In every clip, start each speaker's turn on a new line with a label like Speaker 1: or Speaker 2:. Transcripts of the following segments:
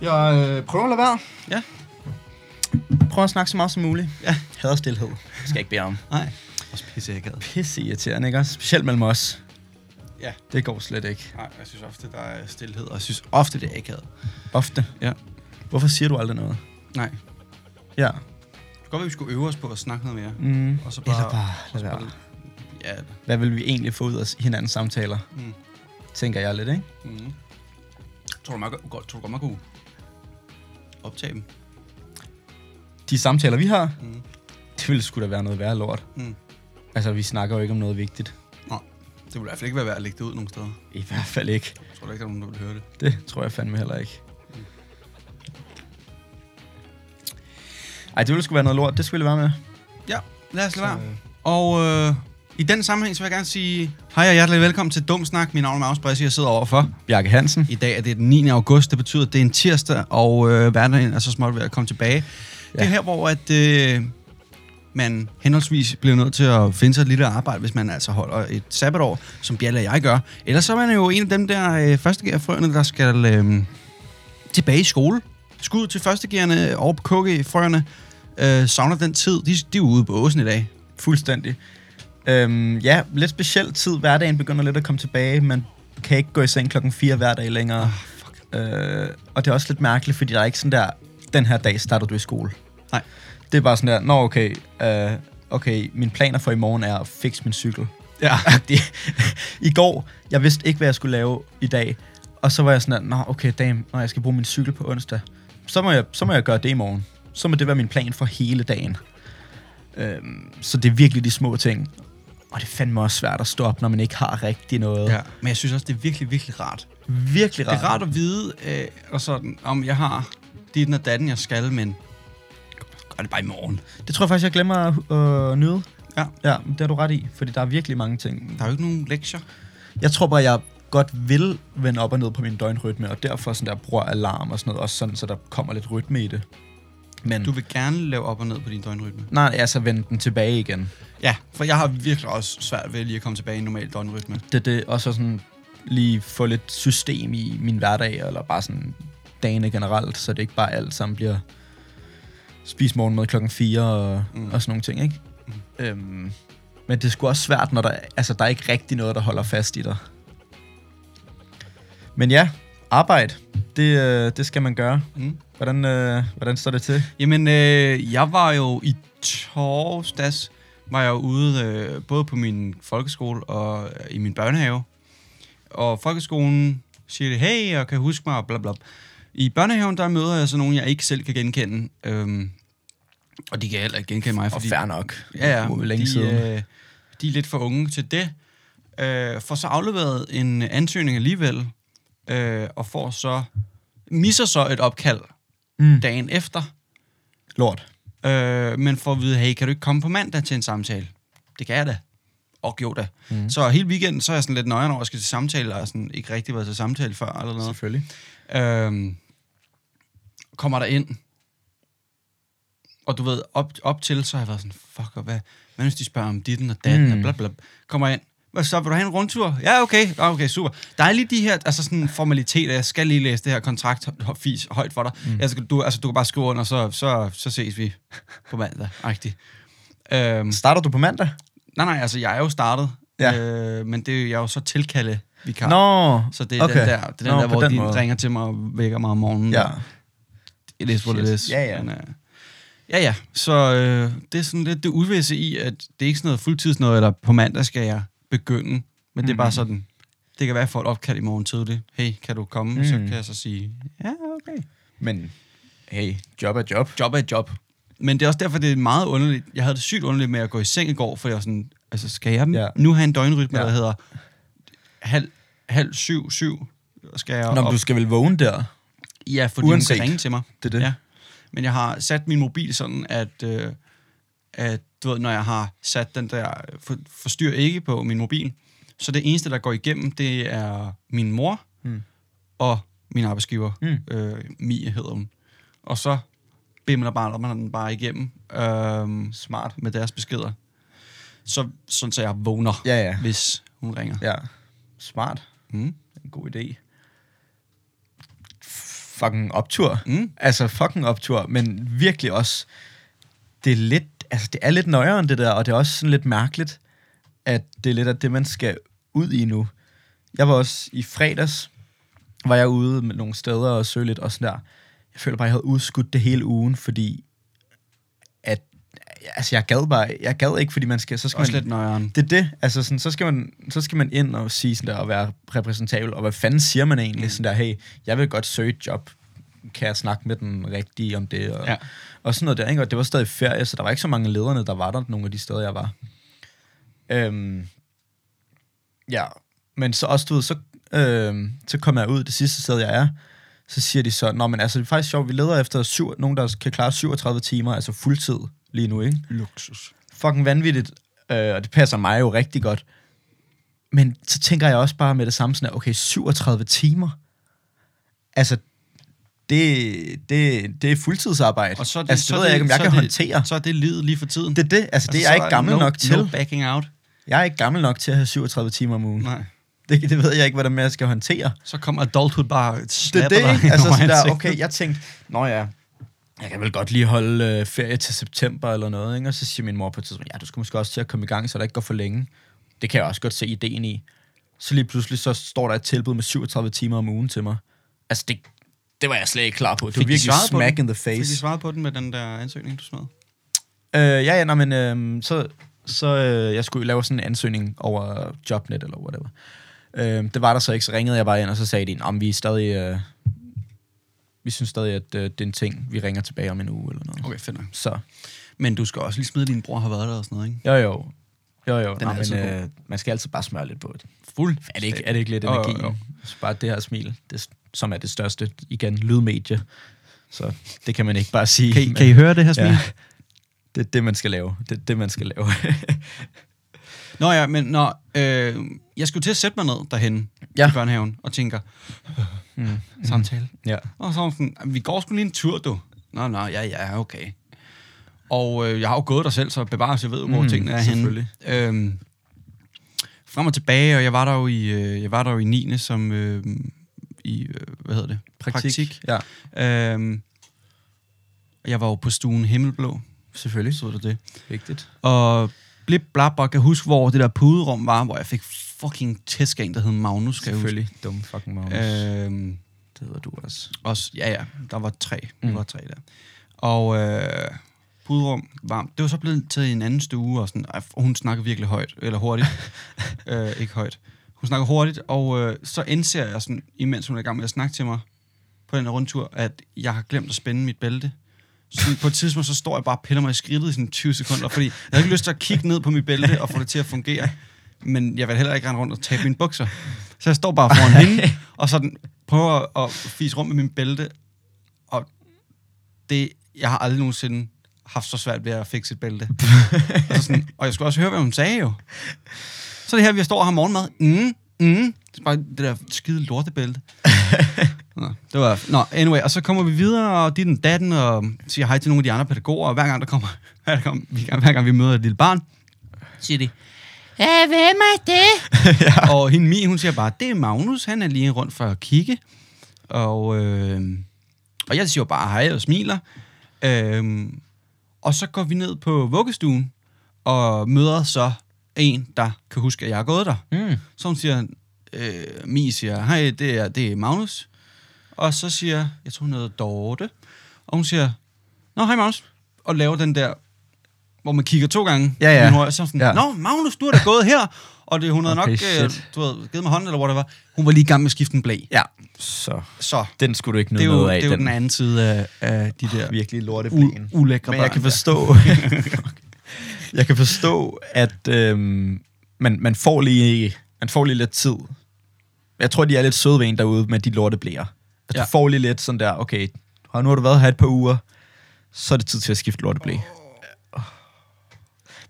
Speaker 1: tænker, øh, prøv at lade være.
Speaker 2: Ja.
Speaker 1: Prøv at snakke så meget som muligt.
Speaker 2: Ja.
Speaker 1: Hader stillhed. Det skal jeg ikke bede om.
Speaker 2: Nej. Også pisse akavet.
Speaker 1: Pisse irriterende, ikke også? Specielt mellem os.
Speaker 2: Ja.
Speaker 1: Det går slet ikke.
Speaker 2: Nej, jeg synes ofte, der er stillhed, og jeg synes ofte, det er akavet.
Speaker 1: Ofte.
Speaker 2: Ja.
Speaker 1: Hvorfor siger du aldrig noget?
Speaker 2: Nej. Det
Speaker 1: Ja.
Speaker 2: kunne godt være, vi skulle øve os på at snakke noget mere.
Speaker 1: Mm.
Speaker 2: Og så bare...
Speaker 1: Eller bare lad
Speaker 2: og så
Speaker 1: være.
Speaker 2: bare- Ja.
Speaker 1: Hvad vil vi egentlig få ud af hinandens samtaler?
Speaker 2: Mm.
Speaker 1: Tænker jeg lidt, ikke?
Speaker 2: Mm. Tror du, man, godt, tror du godt, man kunne optage dem?
Speaker 1: De samtaler, vi har,
Speaker 2: Mm.
Speaker 1: det ville sgu da være noget værre lort.
Speaker 2: Mm.
Speaker 1: Altså, vi snakker jo ikke om noget vigtigt.
Speaker 2: Det ville i hvert fald ikke være værd at lægge det ud nogen steder.
Speaker 1: I hvert fald ikke.
Speaker 2: Jeg tror da ikke, der er nogen, der vil høre det.
Speaker 1: Det tror jeg fandme heller ikke. Ej, det ville sgu være noget lort. Det skulle jeg lade være med.
Speaker 2: Lad os lade være.
Speaker 1: øh,
Speaker 2: Og øh, i den sammenhæng, så vil jeg gerne sige hej og hjertelig velkommen til Dum Snak. Mit navn er Magnus Bressi, jeg sidder overfor.
Speaker 1: Bjarke Hansen.
Speaker 2: I dag er det den 9. august, det betyder, at det er en tirsdag, og øh, hverdagen er så småt ved at komme tilbage. Ja. Det
Speaker 1: Ja.
Speaker 2: er her, hvor at, øh, man henholdsvis bliver nødt til at finde sig et lille arbejde, hvis man altså holder et sabbatår, som Bjalle og jeg gør. Ellers så er man jo en af dem der øh, førstegærfrøerne, der skal øh, tilbage i skole. Skud til førstegærerne over på KG-frøerne. Øh, savner den tid. De, de er ude på åsen i dag.
Speaker 1: Fuldstændig. Øhm, ja, lidt speciel tid. Hverdagen begynder lidt at komme tilbage. Man kan ikke gå i seng klokken 4 hver dag længere.
Speaker 2: Ah,
Speaker 1: Oh, fuck. Øh, og det er også lidt mærkeligt, fordi der er ikke sådan der, den her dag starter du i skole.
Speaker 2: Nej.
Speaker 1: Det er bare sådan der, nå okay, øh, okay, mine planer for i morgen er at fikse min cykel.
Speaker 2: Ja.
Speaker 1: I går, jeg vidste ikke, hvad jeg skulle lave i dag. Og så var jeg sådan der, nå okay, damn, når jeg skal bruge min cykel på onsdag, så må jeg, så må jeg gøre det i morgen. Så må det være min plan for hele dagen. Øhm, så det er virkelig de små ting. Og det er fandme også svært at stå op, når man ikke har rigtig noget.
Speaker 2: ja. Men jeg synes også, det er virkelig, virkelig rart.
Speaker 1: Virkelig
Speaker 2: Det
Speaker 1: rart.
Speaker 2: er rart at vide, øh, og sådan, om jeg har det og datten, jeg skal, men gør det bare i morgen.
Speaker 1: Det tror jeg faktisk, jeg glemmer at øh, nyde.
Speaker 2: Ja.
Speaker 1: ja, det har du ret i, fordi der er virkelig mange ting.
Speaker 2: Der er jo ikke nogen lektier.
Speaker 1: Jeg tror bare, jeg godt vil vende op og ned på min døgnrytme, og derfor sådan der bruger alarm og sådan noget, også sådan, så der kommer lidt rytme i det. Men
Speaker 2: Du vil gerne lave op og ned på din døgnrytme.
Speaker 1: Nej, altså vende den tilbage igen.
Speaker 2: Ja, for jeg har virkelig også svært ved lige at komme tilbage i en normal døgnrytme.
Speaker 1: Det, det, og så sådan lige få lidt system i min hverdag, eller bare sådan dagene generelt, så det ikke bare alt sammen bliver spis morgenmad klokken 4 og,
Speaker 2: Mm.
Speaker 1: mm. og sådan nogle ting, ikke?
Speaker 2: Mm.
Speaker 1: Mm. Øhm, men det er sgu også svært, når der, altså, der er ikke rigtig noget, der holder fast i dig. Men ja, arbejde, det, øh, det skal man gøre.
Speaker 2: Mm.
Speaker 1: Hvordan, øh, hvordan står det til?
Speaker 2: Jamen, øh, jeg var jo i torsdags, var jeg jo ude øh, både på min folkeskole og øh, i min børnehave. Og folkeskolen siger det, hey, og kan I huske mig, og bla bla. I børnehaven, der møder jeg så nogen, jeg ikke selv kan genkende. Øhm, og de kan heller ikke genkende mig,
Speaker 1: Og
Speaker 2: fordi...
Speaker 1: fair nok.
Speaker 2: Ja, ja.
Speaker 1: Må vi længe
Speaker 2: de,
Speaker 1: siden.
Speaker 2: Øh, de er lidt for unge til det. Øh, får så afleveret en ansøgning alligevel, øh, og får så misser så et opkald
Speaker 1: Mm.
Speaker 2: dagen efter,
Speaker 1: Lort.
Speaker 2: øh, men får at vide, hey, kan du ikke komme på mandag til en samtale? Det kan jeg da. Og jo da. Mm.
Speaker 1: Mm.
Speaker 2: Så hele weekenden, så er jeg sådan lidt nøjeren over, at jeg skal til samtale, og jeg har sådan ikke rigtig været til samtale før eller noget.
Speaker 1: Selvfølgelig.
Speaker 2: Øhm, kommer der ind. Og du ved, op, op til, så har jeg været sådan, fuck, og hvad, hvad hvis de spørger om ditten og datten, mm.
Speaker 1: Mm.
Speaker 2: og bla, bla, bla. Kommer jeg ind. Hvad så, vil du have en rundtur? Ja, okay, Nå, okay, super. Der er lige de her, altså sådan formaliteter, jeg skal lige læse det her kontrakt fis højt for dig. Mm. Altså, du, altså, du kan bare skrive under, så, så, så ses vi på mandag, agtigt. Øhm,
Speaker 1: Starter du på mandag?
Speaker 2: nej, nej, altså, jeg er jo startet,
Speaker 1: Ja.
Speaker 2: øh, men det er jo, jeg er jo så tilkalde vikar.
Speaker 1: Nå,
Speaker 2: Så det er okay. den der, det er den
Speaker 1: Nå,
Speaker 2: der
Speaker 1: på
Speaker 2: hvor
Speaker 1: den
Speaker 2: de
Speaker 1: måde.
Speaker 2: ringer til mig og vækker mig om morgenen.
Speaker 1: Ja.
Speaker 2: It is what it
Speaker 1: Shit.
Speaker 2: is.
Speaker 1: Ja, ja.
Speaker 2: Men, øh, ja, ja. Så øh, det er sådan lidt det uvisse i, at det er ikke sådan noget fuldtids noget, eller på mandag skal jeg begynde. Men mm. det er bare sådan, det kan være, at jeg får et opkald i morgen tidligt. Hey, kan du komme? Mm. Så
Speaker 1: Mm.
Speaker 2: kan jeg så sige, ja, okay.
Speaker 1: Men hey, job er job.
Speaker 2: Job er et job. Men det er også derfor, det er meget underligt. Jeg havde det sygt underligt med at gå i seng i går, for jeg var sådan, altså skal jeg
Speaker 1: Ja.
Speaker 2: nu have en døgnrytme,
Speaker 1: Ja.
Speaker 2: der hedder halv, halv syv, syv? Skal jeg
Speaker 1: Nå,
Speaker 2: op
Speaker 1: men du skal vel vågne der?
Speaker 2: Ja, fordi Uanset. hun
Speaker 1: Uanset.
Speaker 2: kan ringe til mig.
Speaker 1: Det er det.
Speaker 2: Ja. Men jeg har sat min mobil sådan, at, øh, at du ved, når jeg har sat den der øh, for, forstyr ikke på min mobil, så det eneste, der går igennem, det er min mor
Speaker 1: Mm.
Speaker 2: og min arbejdsgiver,
Speaker 1: Mm.
Speaker 2: øh, Mie hedder hun. Og så bimler bare man den bare igennem øh,
Speaker 1: Smart.
Speaker 2: med deres beskeder. Så, sådan, så jeg vågner,
Speaker 1: Ja, ja.
Speaker 2: hvis hun Hmm? ringer.
Speaker 1: Ja. Smart.
Speaker 2: Mm.
Speaker 1: En god idé. fucking optur.
Speaker 2: Mm.
Speaker 1: Altså fucking optur, men virkelig også, det er lidt, altså det er lidt nøjere end det der, og det er også sådan lidt mærkeligt, at det er lidt af det, man skal ud i nu. Jeg var også i fredags, var jeg ude med nogle steder og søge lidt og sådan der. Jeg føler bare, jeg havde udskudt det hele ugen, fordi at, altså jeg gad bare, jeg gad ikke, fordi man skal, så skal
Speaker 2: Også
Speaker 1: man,
Speaker 2: lidt nøjeren.
Speaker 1: det er det. Altså, sådan, så, skal man, så skal man ind og sige sådan der, og være repræsentabel, og hvad fanden siger man egentlig? Mm. Sådan der, hey, jeg vil godt søge et job. Kan jeg snakke med den rigtige om det? Og,
Speaker 2: Ja.
Speaker 1: og sådan noget der, ikke? Og det var stadig ferie, så der var ikke så mange af lederne, der var der, nogle af de steder, jeg var. Øhm, ja, men så også, du ved, så, øhm, så kom jeg ud det sidste sted, jeg er, så siger de så, nå, men altså, det er faktisk sjovt, vi leder efter syv, nogen, der kan klare 37 timer, altså fuldtid lige nu, ikke?
Speaker 2: Luksus.
Speaker 1: fucking vanvittigt, øh, og det passer mig jo rigtig godt. Men så tænker jeg også bare med det samme sådan, at okay, 37 timer. Altså, det, det, det er fuldtidsarbejde.
Speaker 2: Og så er det,
Speaker 1: altså, det
Speaker 2: så
Speaker 1: ved
Speaker 2: det,
Speaker 1: jeg ikke, om jeg
Speaker 2: så
Speaker 1: kan
Speaker 2: det,
Speaker 1: håndtere.
Speaker 2: Så er det livet lige for tiden.
Speaker 1: Det er det. Altså, det er
Speaker 2: så
Speaker 1: jeg ikke gammel
Speaker 2: no,
Speaker 1: nok til.
Speaker 2: No backing out.
Speaker 1: Jeg er ikke gammel nok til at have 37 timer om ugen.
Speaker 2: Nej.
Speaker 1: Det, det ved jeg ikke, hvordan jeg skal håndtere.
Speaker 2: Så kommer adulthood bare og
Speaker 1: det er
Speaker 2: snapper
Speaker 1: det,
Speaker 2: dig
Speaker 1: ikke?
Speaker 2: ind
Speaker 1: Altså,
Speaker 2: over
Speaker 1: sådan der,
Speaker 2: ansigtet.
Speaker 1: okay, jeg tænkte, nå ja, jeg kan vel godt lige holde øh, ferie til september eller noget, ikke? Og så siger min mor på et tidspunkt, ja, du skal måske også til at komme i gang, så det ikke går for længe. Det kan jeg også godt se ideen i. Så lige pludselig, så står der et tilbud med 37 timer om ugen til mig. Altså, det, det var jeg slet ikke klar på. Det
Speaker 2: Fik
Speaker 1: var
Speaker 2: de
Speaker 1: virkelig
Speaker 2: svaret på
Speaker 1: smack
Speaker 2: den?
Speaker 1: in the
Speaker 2: Fik de
Speaker 1: face.
Speaker 2: svaret på den med den der ansøgning, du smed?
Speaker 1: Øh, ja, ja, nå, men øh, så, så øh, jeg skulle lave sådan en ansøgning over Jobnet eller whatever. Øh, det var der så ikke, så ringede jeg bare ind, og så sagde de, om vi er stadig... Øh, vi synes stadig, at øh, det er en ting, vi ringer tilbage om en uge eller noget.
Speaker 2: Okay, fedt nok.
Speaker 1: Så,
Speaker 2: Men du skal også lige smide, at din bror har været der og sådan noget, ikke?
Speaker 1: jo jo. Jo jo,
Speaker 2: Den
Speaker 1: nå,
Speaker 2: er altid
Speaker 1: men, øh, man skal altid bare smøre lidt på det.
Speaker 2: Fuld.
Speaker 1: Er det ikke, er det ikke lidt
Speaker 2: Jo, jo,
Speaker 1: energi?
Speaker 2: jo.
Speaker 1: Så bare det her smil, det, som er det største, igen, lydmedie. Så det kan man ikke bare sige.
Speaker 2: Kan I,
Speaker 1: men-
Speaker 2: kan I høre det her smil?
Speaker 1: ja,
Speaker 2: Ja.
Speaker 1: det er det, man skal lave. Det er det, man skal lave.
Speaker 2: Nå ja, men nå, øh, jeg skulle til at sætte mig ned derhen ja.
Speaker 1: Ja.
Speaker 2: i børnehaven og tænker,
Speaker 1: mm.
Speaker 2: samtale.
Speaker 1: Ja.
Speaker 2: Og så var hun sådan, vi går sgu lige en tur, du. Nå, nå, ja, ja, okay. Og øh, jeg har jo gået der selv, så bevares, jeg ved, hvor mm,
Speaker 1: Mm,
Speaker 2: tingene er henne. Øhm, frem og tilbage, og jeg var der jo i, øh, jeg var der jo i 9. som, øh, i, øh, hvad hedder det?
Speaker 1: Ja,
Speaker 2: Øhm, og jeg var jo på stuen Himmelblå,
Speaker 1: selvfølgelig.
Speaker 2: så det det.
Speaker 1: Vigtigt.
Speaker 2: Og blip blap, og kan huske, hvor det der puderum var, hvor jeg fik fucking tæsk af en, der hed Magnus, skal jeg huske.
Speaker 1: Selvfølgelig. Dumme fucking Magnus. Øh.
Speaker 2: Øhm,
Speaker 1: Det hedder du også.
Speaker 2: Også, ja, ja, der var tre. Mm. Der
Speaker 1: Mm.
Speaker 2: var tre der. Og øh, pudrum, varmt. Det var så blevet til en anden stue, og sådan, ej, og hun snakker virkelig højt, eller hurtigt. øh, ikke højt. Hun snakker hurtigt, og øh, så indser jeg, sådan, imens hun er i gang med at snakke til mig på den her rundtur, at jeg har glemt at spænde mit bælte. Så på et tidspunkt, så står jeg bare og piller mig i skridtet i sådan 20 sekunder, fordi jeg havde ikke lyst til at kigge ned på mit bælte og få det til at fungere. Men jeg vil heller ikke rende rundt og tabe mine bukser. Så jeg står bare foran hende, og sådan prøver at, at fise rundt med min bælte. Og det, jeg har aldrig nogensinde haft så svært ved at fikse et bælte. og, så sådan, og jeg skulle også høre, hvad hun sagde jo. Så det her, vi står og har morgenmad. Mm, mm. Det er bare det der skide lortebælte. Nå, det var... Nå, anyway, og så kommer vi videre, og dit den datten, og siger hej til nogle af de andre pædagoger, og hver gang der kommer, hver gang vi, hver gang vi møder et lille barn, siger de, Ja, hvem er det? ja. Og hende Mi, hun siger bare, det er Magnus, han er lige rundt for at kigge. Og, øh, og jeg siger jo bare hej og smiler. Øh, og så går vi ned på vuggestuen og møder så en, der kan huske, at jeg har gået der.
Speaker 1: Mm.
Speaker 2: Så hun siger, øh, Mi siger, hej, det er, det er Magnus. Og så siger, jeg tror hun hedder Dorte. Og hun siger, nå, hej Magnus. Og laver den der, hvor man kigger to gange.
Speaker 1: Ja, ja.
Speaker 2: Men hun er sådan,
Speaker 1: Ja.
Speaker 2: nå, Magnus, du er da gået her. Og det, hun havde
Speaker 1: Okay,
Speaker 2: nok øh,
Speaker 1: shit.
Speaker 2: du havde givet mig hånden, eller hvor det var. Hun var lige i gang med at skifte en blæ.
Speaker 1: Ja, så
Speaker 2: Så
Speaker 1: den skulle du ikke
Speaker 2: det er
Speaker 1: nyde
Speaker 2: jo,
Speaker 1: noget af. Ah,
Speaker 2: det er jo den anden side af, af de der
Speaker 1: virkelig lorteblæen.
Speaker 2: u- ulækre
Speaker 1: Men jeg
Speaker 2: børn
Speaker 1: kan
Speaker 2: der.
Speaker 1: forstå, jeg kan forstå, at øhm, man, man, får lige, man får lige lidt tid. Jeg tror, de er lidt søde ved en derude med de lorteblæer. At ja.
Speaker 2: Ja.
Speaker 1: du får lige lidt sådan der, okay, har- nu har du været her et par uger, så er det tid til at skifte lorteblæ.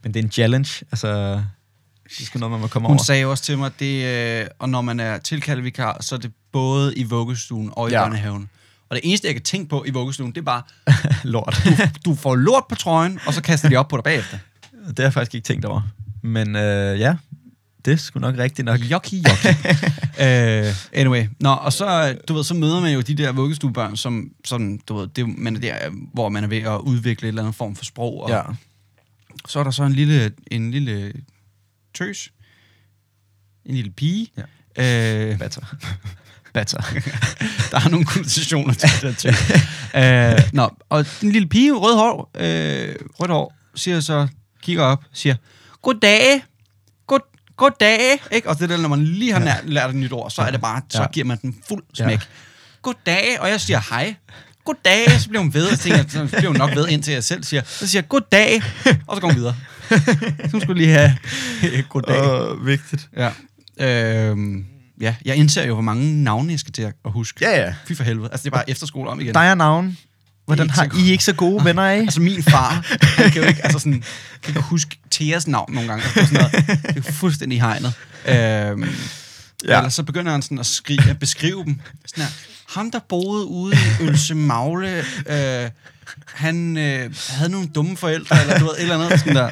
Speaker 1: Men det er en challenge, altså... Det er sgu noget, man må komme
Speaker 2: Hun
Speaker 1: over.
Speaker 2: sagde også til mig, at det, øh, og når man er tilkaldt vikar, så er det både i vuggestuen og i ja.
Speaker 1: Ja.
Speaker 2: børnehaven. Og det eneste, jeg kan tænke på i vuggestuen, det er bare,
Speaker 1: Lort.
Speaker 2: du får lort på trøjen, og så kaster de op på dig bagefter.
Speaker 1: Det har jeg faktisk ikke tænkt over. Men øh, ja, Det er sgu nok rigtigt nok.
Speaker 2: Jockey, jockey. uh, anyway. Nå, og så, du ved, så møder man jo de der vuggestuebørn, som sådan, du ved, det, man er der, hvor man er ved at udvikle et eller andet form for sprog. Og
Speaker 1: Ja.
Speaker 2: Så er der så en lille, en lille tøs, en lille pige.
Speaker 1: Ja.
Speaker 2: Øh,
Speaker 1: Batter. Batter.
Speaker 2: der er nogle konnotationer til det der tøs. øh, nå, og den lille pige, rød hår, øh, rødt hår, siger så, kigger op, siger, goddag, god, goddag, ikke? Og det der, når man lige har lært, lært et nyt ord, så er det bare, så
Speaker 1: Ja.
Speaker 2: giver man den fuld
Speaker 1: Ja.
Speaker 2: smæk. Goddag, og jeg siger hej. Goddag, så bliver hun ved, og så tænker, jeg, så bliver hun nok ved, indtil jeg selv siger, så siger jeg, goddag, og så går hun videre. Så hun skulle lige have goddag.
Speaker 1: Åh, vigtigt.
Speaker 2: Ja. Øhm, ja, jeg indser jo, hvor mange navne jeg skal til at at huske.
Speaker 1: Ja, ja.
Speaker 2: Fy for helvede. Altså, det er bare efterskole om igen.
Speaker 1: Dig og navn. Hvordan
Speaker 2: ikke
Speaker 1: har
Speaker 2: så
Speaker 1: I ikke så gode venner af?
Speaker 2: Altså, min far, han kan jo ikke, altså sådan, kan ikke huske Theas navn nogle gange. Altså, sådan noget. Det er jo fuldstændig i hegnet. Øhm, ja.
Speaker 1: Ja.
Speaker 2: Ellers så begynder han sådan at, skrive, at beskrive dem. Sådan her, ham, der boede ude i Ølse Magle, øh, han øh, havde nogle dumme forældre, eller du ved, et eller andet sådan der.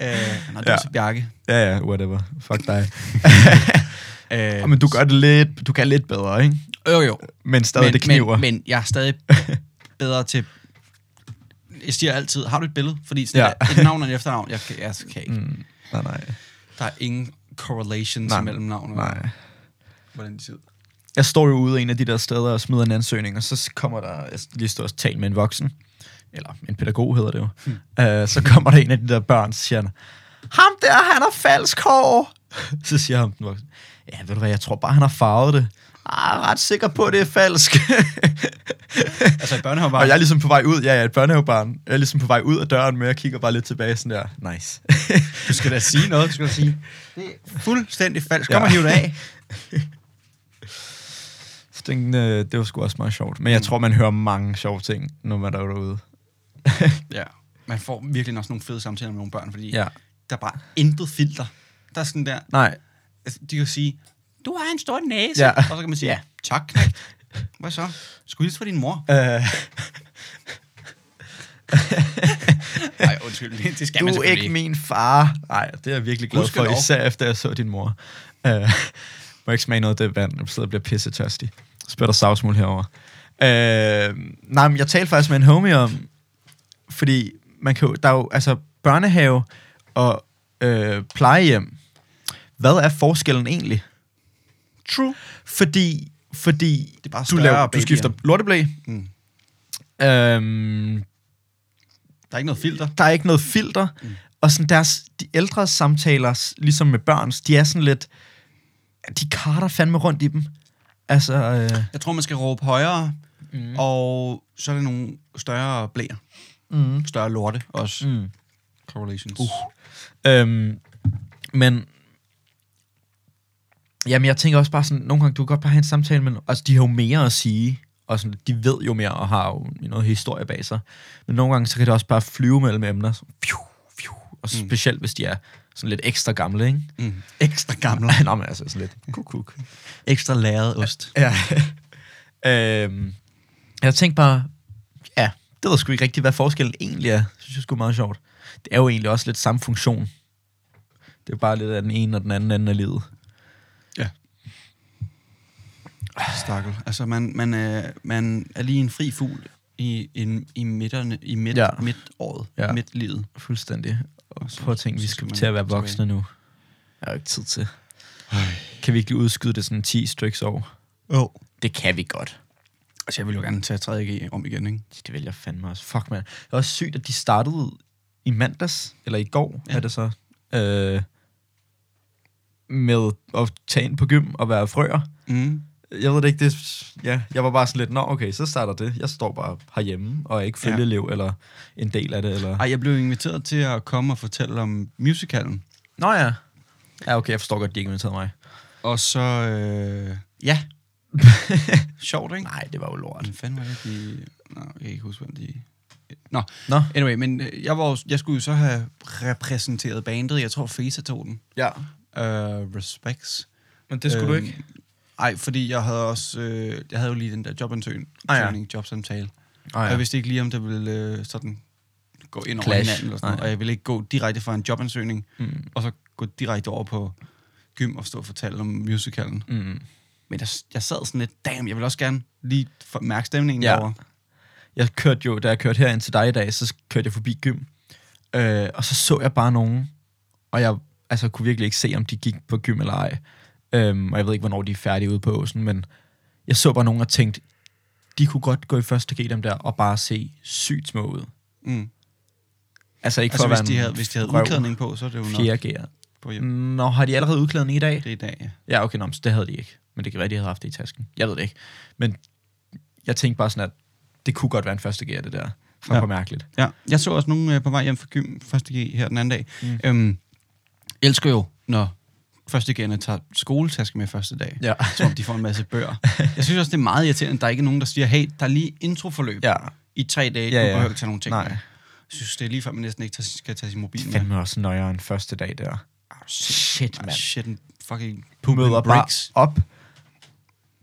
Speaker 2: Øh, nej, det var
Speaker 1: Ja.
Speaker 2: så Bjarke.
Speaker 1: Ja, ja, whatever. Fuck dig.
Speaker 2: Øh,
Speaker 1: Ah, Men du gør det lidt, du kan lidt bedre, ikke?
Speaker 2: jo, jo.
Speaker 1: Men stadig,
Speaker 2: men,
Speaker 1: det kniver.
Speaker 2: Men, men jeg er stadig bedre til... Jeg siger altid, har du et billede? Fordi sådan ja.
Speaker 1: Ja.
Speaker 2: et navn og et efternavn, jeg kan, jeg kan ikke. Mm.
Speaker 1: Mm. Nej, nej.
Speaker 2: Der er ingen correlations nej,
Speaker 1: Nej,
Speaker 2: mellem navn og
Speaker 1: Nej.
Speaker 2: hvordan de ser ud.
Speaker 1: Jeg står jo ude en af de der steder og smider en ansøgning, og så kommer der, jeg skal lige står og tale med en voksen, eller en pædagog hedder det jo, hmm. uh, så kommer der en af de der børn, så siger han, ham der, han har falsk hår. Så siger ham den voksne, ja, ved du hvad, jeg tror bare, han har farvet det. Ah, jeg er ret sikker på, at det er falsk.
Speaker 2: Altså i børnehaven
Speaker 1: og
Speaker 2: bare...
Speaker 1: jeg er ligesom på vej ud, ja, jeg er et børnehavebarn, jeg er ligesom på vej ud af døren, men jeg kigger bare lidt tilbage sådan der, nice.
Speaker 2: Du skal da sige noget, du skal da sige. Det er fuldstændig falsk. Kom ja.
Speaker 1: Ja.
Speaker 2: og hiv det af.
Speaker 1: Så den, øh, det var sgu også meget sjovt.
Speaker 2: Mm.
Speaker 1: Men jeg tror, man hører mange sjove ting, når man er derude.
Speaker 2: Ja. Man får virkelig også nogle fede samtaler med nogle børn, fordi ja.
Speaker 1: Ja.
Speaker 2: der er bare intet filter. Der er sådan der...
Speaker 1: Nej,
Speaker 2: Altså, de kan sige, du har en stor næse.
Speaker 1: Ja.
Speaker 2: Og så kan man sige, ja. tak. knægt." Hvad så? Skulle hilse fra din mor?
Speaker 1: Øh,
Speaker 2: Nej, undskyld. Det det skal man
Speaker 1: du er
Speaker 2: selvfølgelig
Speaker 1: ikke min far. Nej, det er jeg virkelig glad for,
Speaker 2: Gudskelov.
Speaker 1: især efter jeg så din mor. Øh, må jeg ikke smage noget af det vand, jeg sidder og bliver pisse tørstig. Spørger dig savsmul herovre. Øh, nej, men jeg talte faktisk med en homie om, fordi man kan jo, der er jo altså børnehave og øh, plejehjem. Hvad er forskellen egentlig?
Speaker 2: True.
Speaker 1: Fordi, fordi
Speaker 2: Det er bare
Speaker 1: du,
Speaker 2: større
Speaker 1: laver, du
Speaker 2: babyer.
Speaker 1: skifter lorteblæ.
Speaker 2: Mm.
Speaker 1: Øhm,
Speaker 2: Der er ikke noget filter.
Speaker 1: der er ikke noget filter, mm. og sådan deres, de ældre samtaler, s- ligesom med børns, de er sådan lidt, de karter fandme rundt i dem. Altså, øh,
Speaker 2: Jeg tror, man skal råbe højere, mm. og så er der nogle større blæer.
Speaker 1: mm.
Speaker 2: Større lorte også. Mm.
Speaker 1: Mm.
Speaker 2: Correlations.
Speaker 1: Uh. Øhm, men, jamen jeg tænker også bare sådan, nogle gange, du kan godt bare have en samtale med, altså de har jo mere at sige, og sådan, de ved jo mere, og har jo noget historie bag sig. Men nogle gange, så kan det også bare flyve mellem emner, sådan, fiu, fiu, og specielt hvis de er sådan lidt ekstra gamle, ikke?
Speaker 2: Mm.
Speaker 1: Ekstra gamle. Nå, men altså sådan lidt kuk, kuk.
Speaker 2: Ekstra læret ost.
Speaker 1: Ja. øhm, jeg tænkte bare, ja, det ved sgu ikke rigtigt, hvad forskellen egentlig er. Det synes jeg sgu er meget sjovt. Det er jo egentlig også lidt samme funktion. Det er bare lidt af den ene og den anden anden af livet.
Speaker 2: Stakkel. Altså, man, man, øh, man er lige en fri fugl i, i, i, midterne, i midt, ja.
Speaker 1: Ja.
Speaker 2: midtåret, ja.
Speaker 1: Ja.
Speaker 2: midtlivet.
Speaker 1: Fuldstændig. Og
Speaker 2: så-
Speaker 1: prøv at tænke,
Speaker 2: så
Speaker 1: vi
Speaker 2: skal
Speaker 1: skal
Speaker 2: man
Speaker 1: til at være
Speaker 2: tilbage.
Speaker 1: voksne nu. Jeg har jo ikke tid til. Kan vi ikke lige udskyde det sådan 10 stykker år?
Speaker 2: Oh.
Speaker 1: Det kan vi godt.
Speaker 2: Altså, jeg vil jo gerne tage 3G om igen, ikke?
Speaker 1: Det vil jeg fandme også. Fuck, man. Det er også sygt, at de startede i mandags, eller i går,
Speaker 2: Ja.
Speaker 1: ja. er det så, øh, med at tage ind på gym og være frøer.
Speaker 2: Mm.
Speaker 1: Jeg ved det ikke, det ja, jeg var bare sådan lidt, nå okay, så starter det. Jeg står bare herhjemme og er ikke
Speaker 2: Ja.
Speaker 1: følgeelev ja. eller en del af det. Eller...
Speaker 2: Ej, jeg blev inviteret til at komme og fortælle om musicalen.
Speaker 1: Nå ja. Ja, okay, jeg forstår godt, de ikke inviterede mig.
Speaker 2: Og så... Øh, ja. Sjovt, ikke?
Speaker 1: Nej, det var jo lort.
Speaker 2: Hvordan fanden var det, de... Nå, jeg kan ikke huske, hvem de... Nå,
Speaker 1: Nå.
Speaker 2: anyway, men øh, jeg, var, jo- jeg skulle jo så have repræsenteret bandet. Jeg tror, Fesa tog den.
Speaker 1: Ja,
Speaker 2: Uh, respects.
Speaker 1: men
Speaker 2: Øhm, Ej, fordi jeg havde også... Øh, jeg havde jo lige den der jobansøgning,
Speaker 1: Ah, ja.
Speaker 2: ah, ja. jobsamtale.
Speaker 1: Ah,
Speaker 2: Og jeg
Speaker 1: ja.
Speaker 2: vidste ikke lige, om det ville øh, sådan gå ind over
Speaker 1: Clash.
Speaker 2: hinanden, eller sådan,
Speaker 1: Nej.
Speaker 2: noget, og jeg ville ikke gå direkte fra en jobansøgning,
Speaker 1: Mm.
Speaker 2: og så gå direkte over på gym og stå og fortælle om musicalen.
Speaker 1: Mm.
Speaker 2: Men der, jeg sad sådan lidt, damn, jeg vil også gerne lige for- mærke stemningen ja.
Speaker 1: Ja.
Speaker 2: derovre.
Speaker 1: Jeg kørte jo, da jeg kørte herind til dig i dag, så kørte jeg forbi gym. Øh, og så så jeg bare nogen, og jeg altså, kunne virkelig ikke se, om de gik på gym eller ej. Øhm, og jeg ved ikke, hvornår de er færdige ude på åsen, men jeg så bare nogen og tænkte, de kunne godt gå i første G dem der, og bare se sygt små ud.
Speaker 2: Mm.
Speaker 1: Altså ikke
Speaker 2: Altså
Speaker 1: for at
Speaker 2: hvis
Speaker 1: være
Speaker 2: de
Speaker 1: en
Speaker 2: havde, hvis de havde
Speaker 1: røv.
Speaker 2: udklædning på, så er det jo nok
Speaker 1: Fjerde gear.
Speaker 2: på hjem.
Speaker 1: Nå, har de allerede udklædning i dag?
Speaker 2: Det er i dag, ja.
Speaker 1: Ja, okay, nå, men det havde de ikke. Men det kan være, de havde haft det i tasken. Jeg ved det ikke. Men jeg tænkte bare sådan, at det kunne godt være en første gear, det der. Fuck,
Speaker 2: Ja.
Speaker 1: ja. mærkeligt.
Speaker 2: Ja, jeg så også nogen øh, på vej hjem fra gym, første G her den anden dag. Mm.
Speaker 1: Mm.
Speaker 2: Øhm, elsker jo, når første G'erne tager skoletaske med første dag.
Speaker 1: Ja.
Speaker 2: Som om de får en masse bøger. Jeg synes også, det er meget irriterende, at der ikke er nogen, der siger, hey, der er lige introforløb ja.
Speaker 1: ja.
Speaker 2: i tre dage, ja,
Speaker 1: Ja,
Speaker 2: du
Speaker 1: ja.
Speaker 2: behøver ikke tage nogen ting
Speaker 1: Nej.
Speaker 2: med. Jeg synes, det er lige før, man næsten ikke tager, skal tage sin mobil med.
Speaker 1: Fandme også nøjere en første dag der. Shit,
Speaker 2: Ah, shit, en fucking
Speaker 1: Møder
Speaker 2: breaks.
Speaker 1: bare op.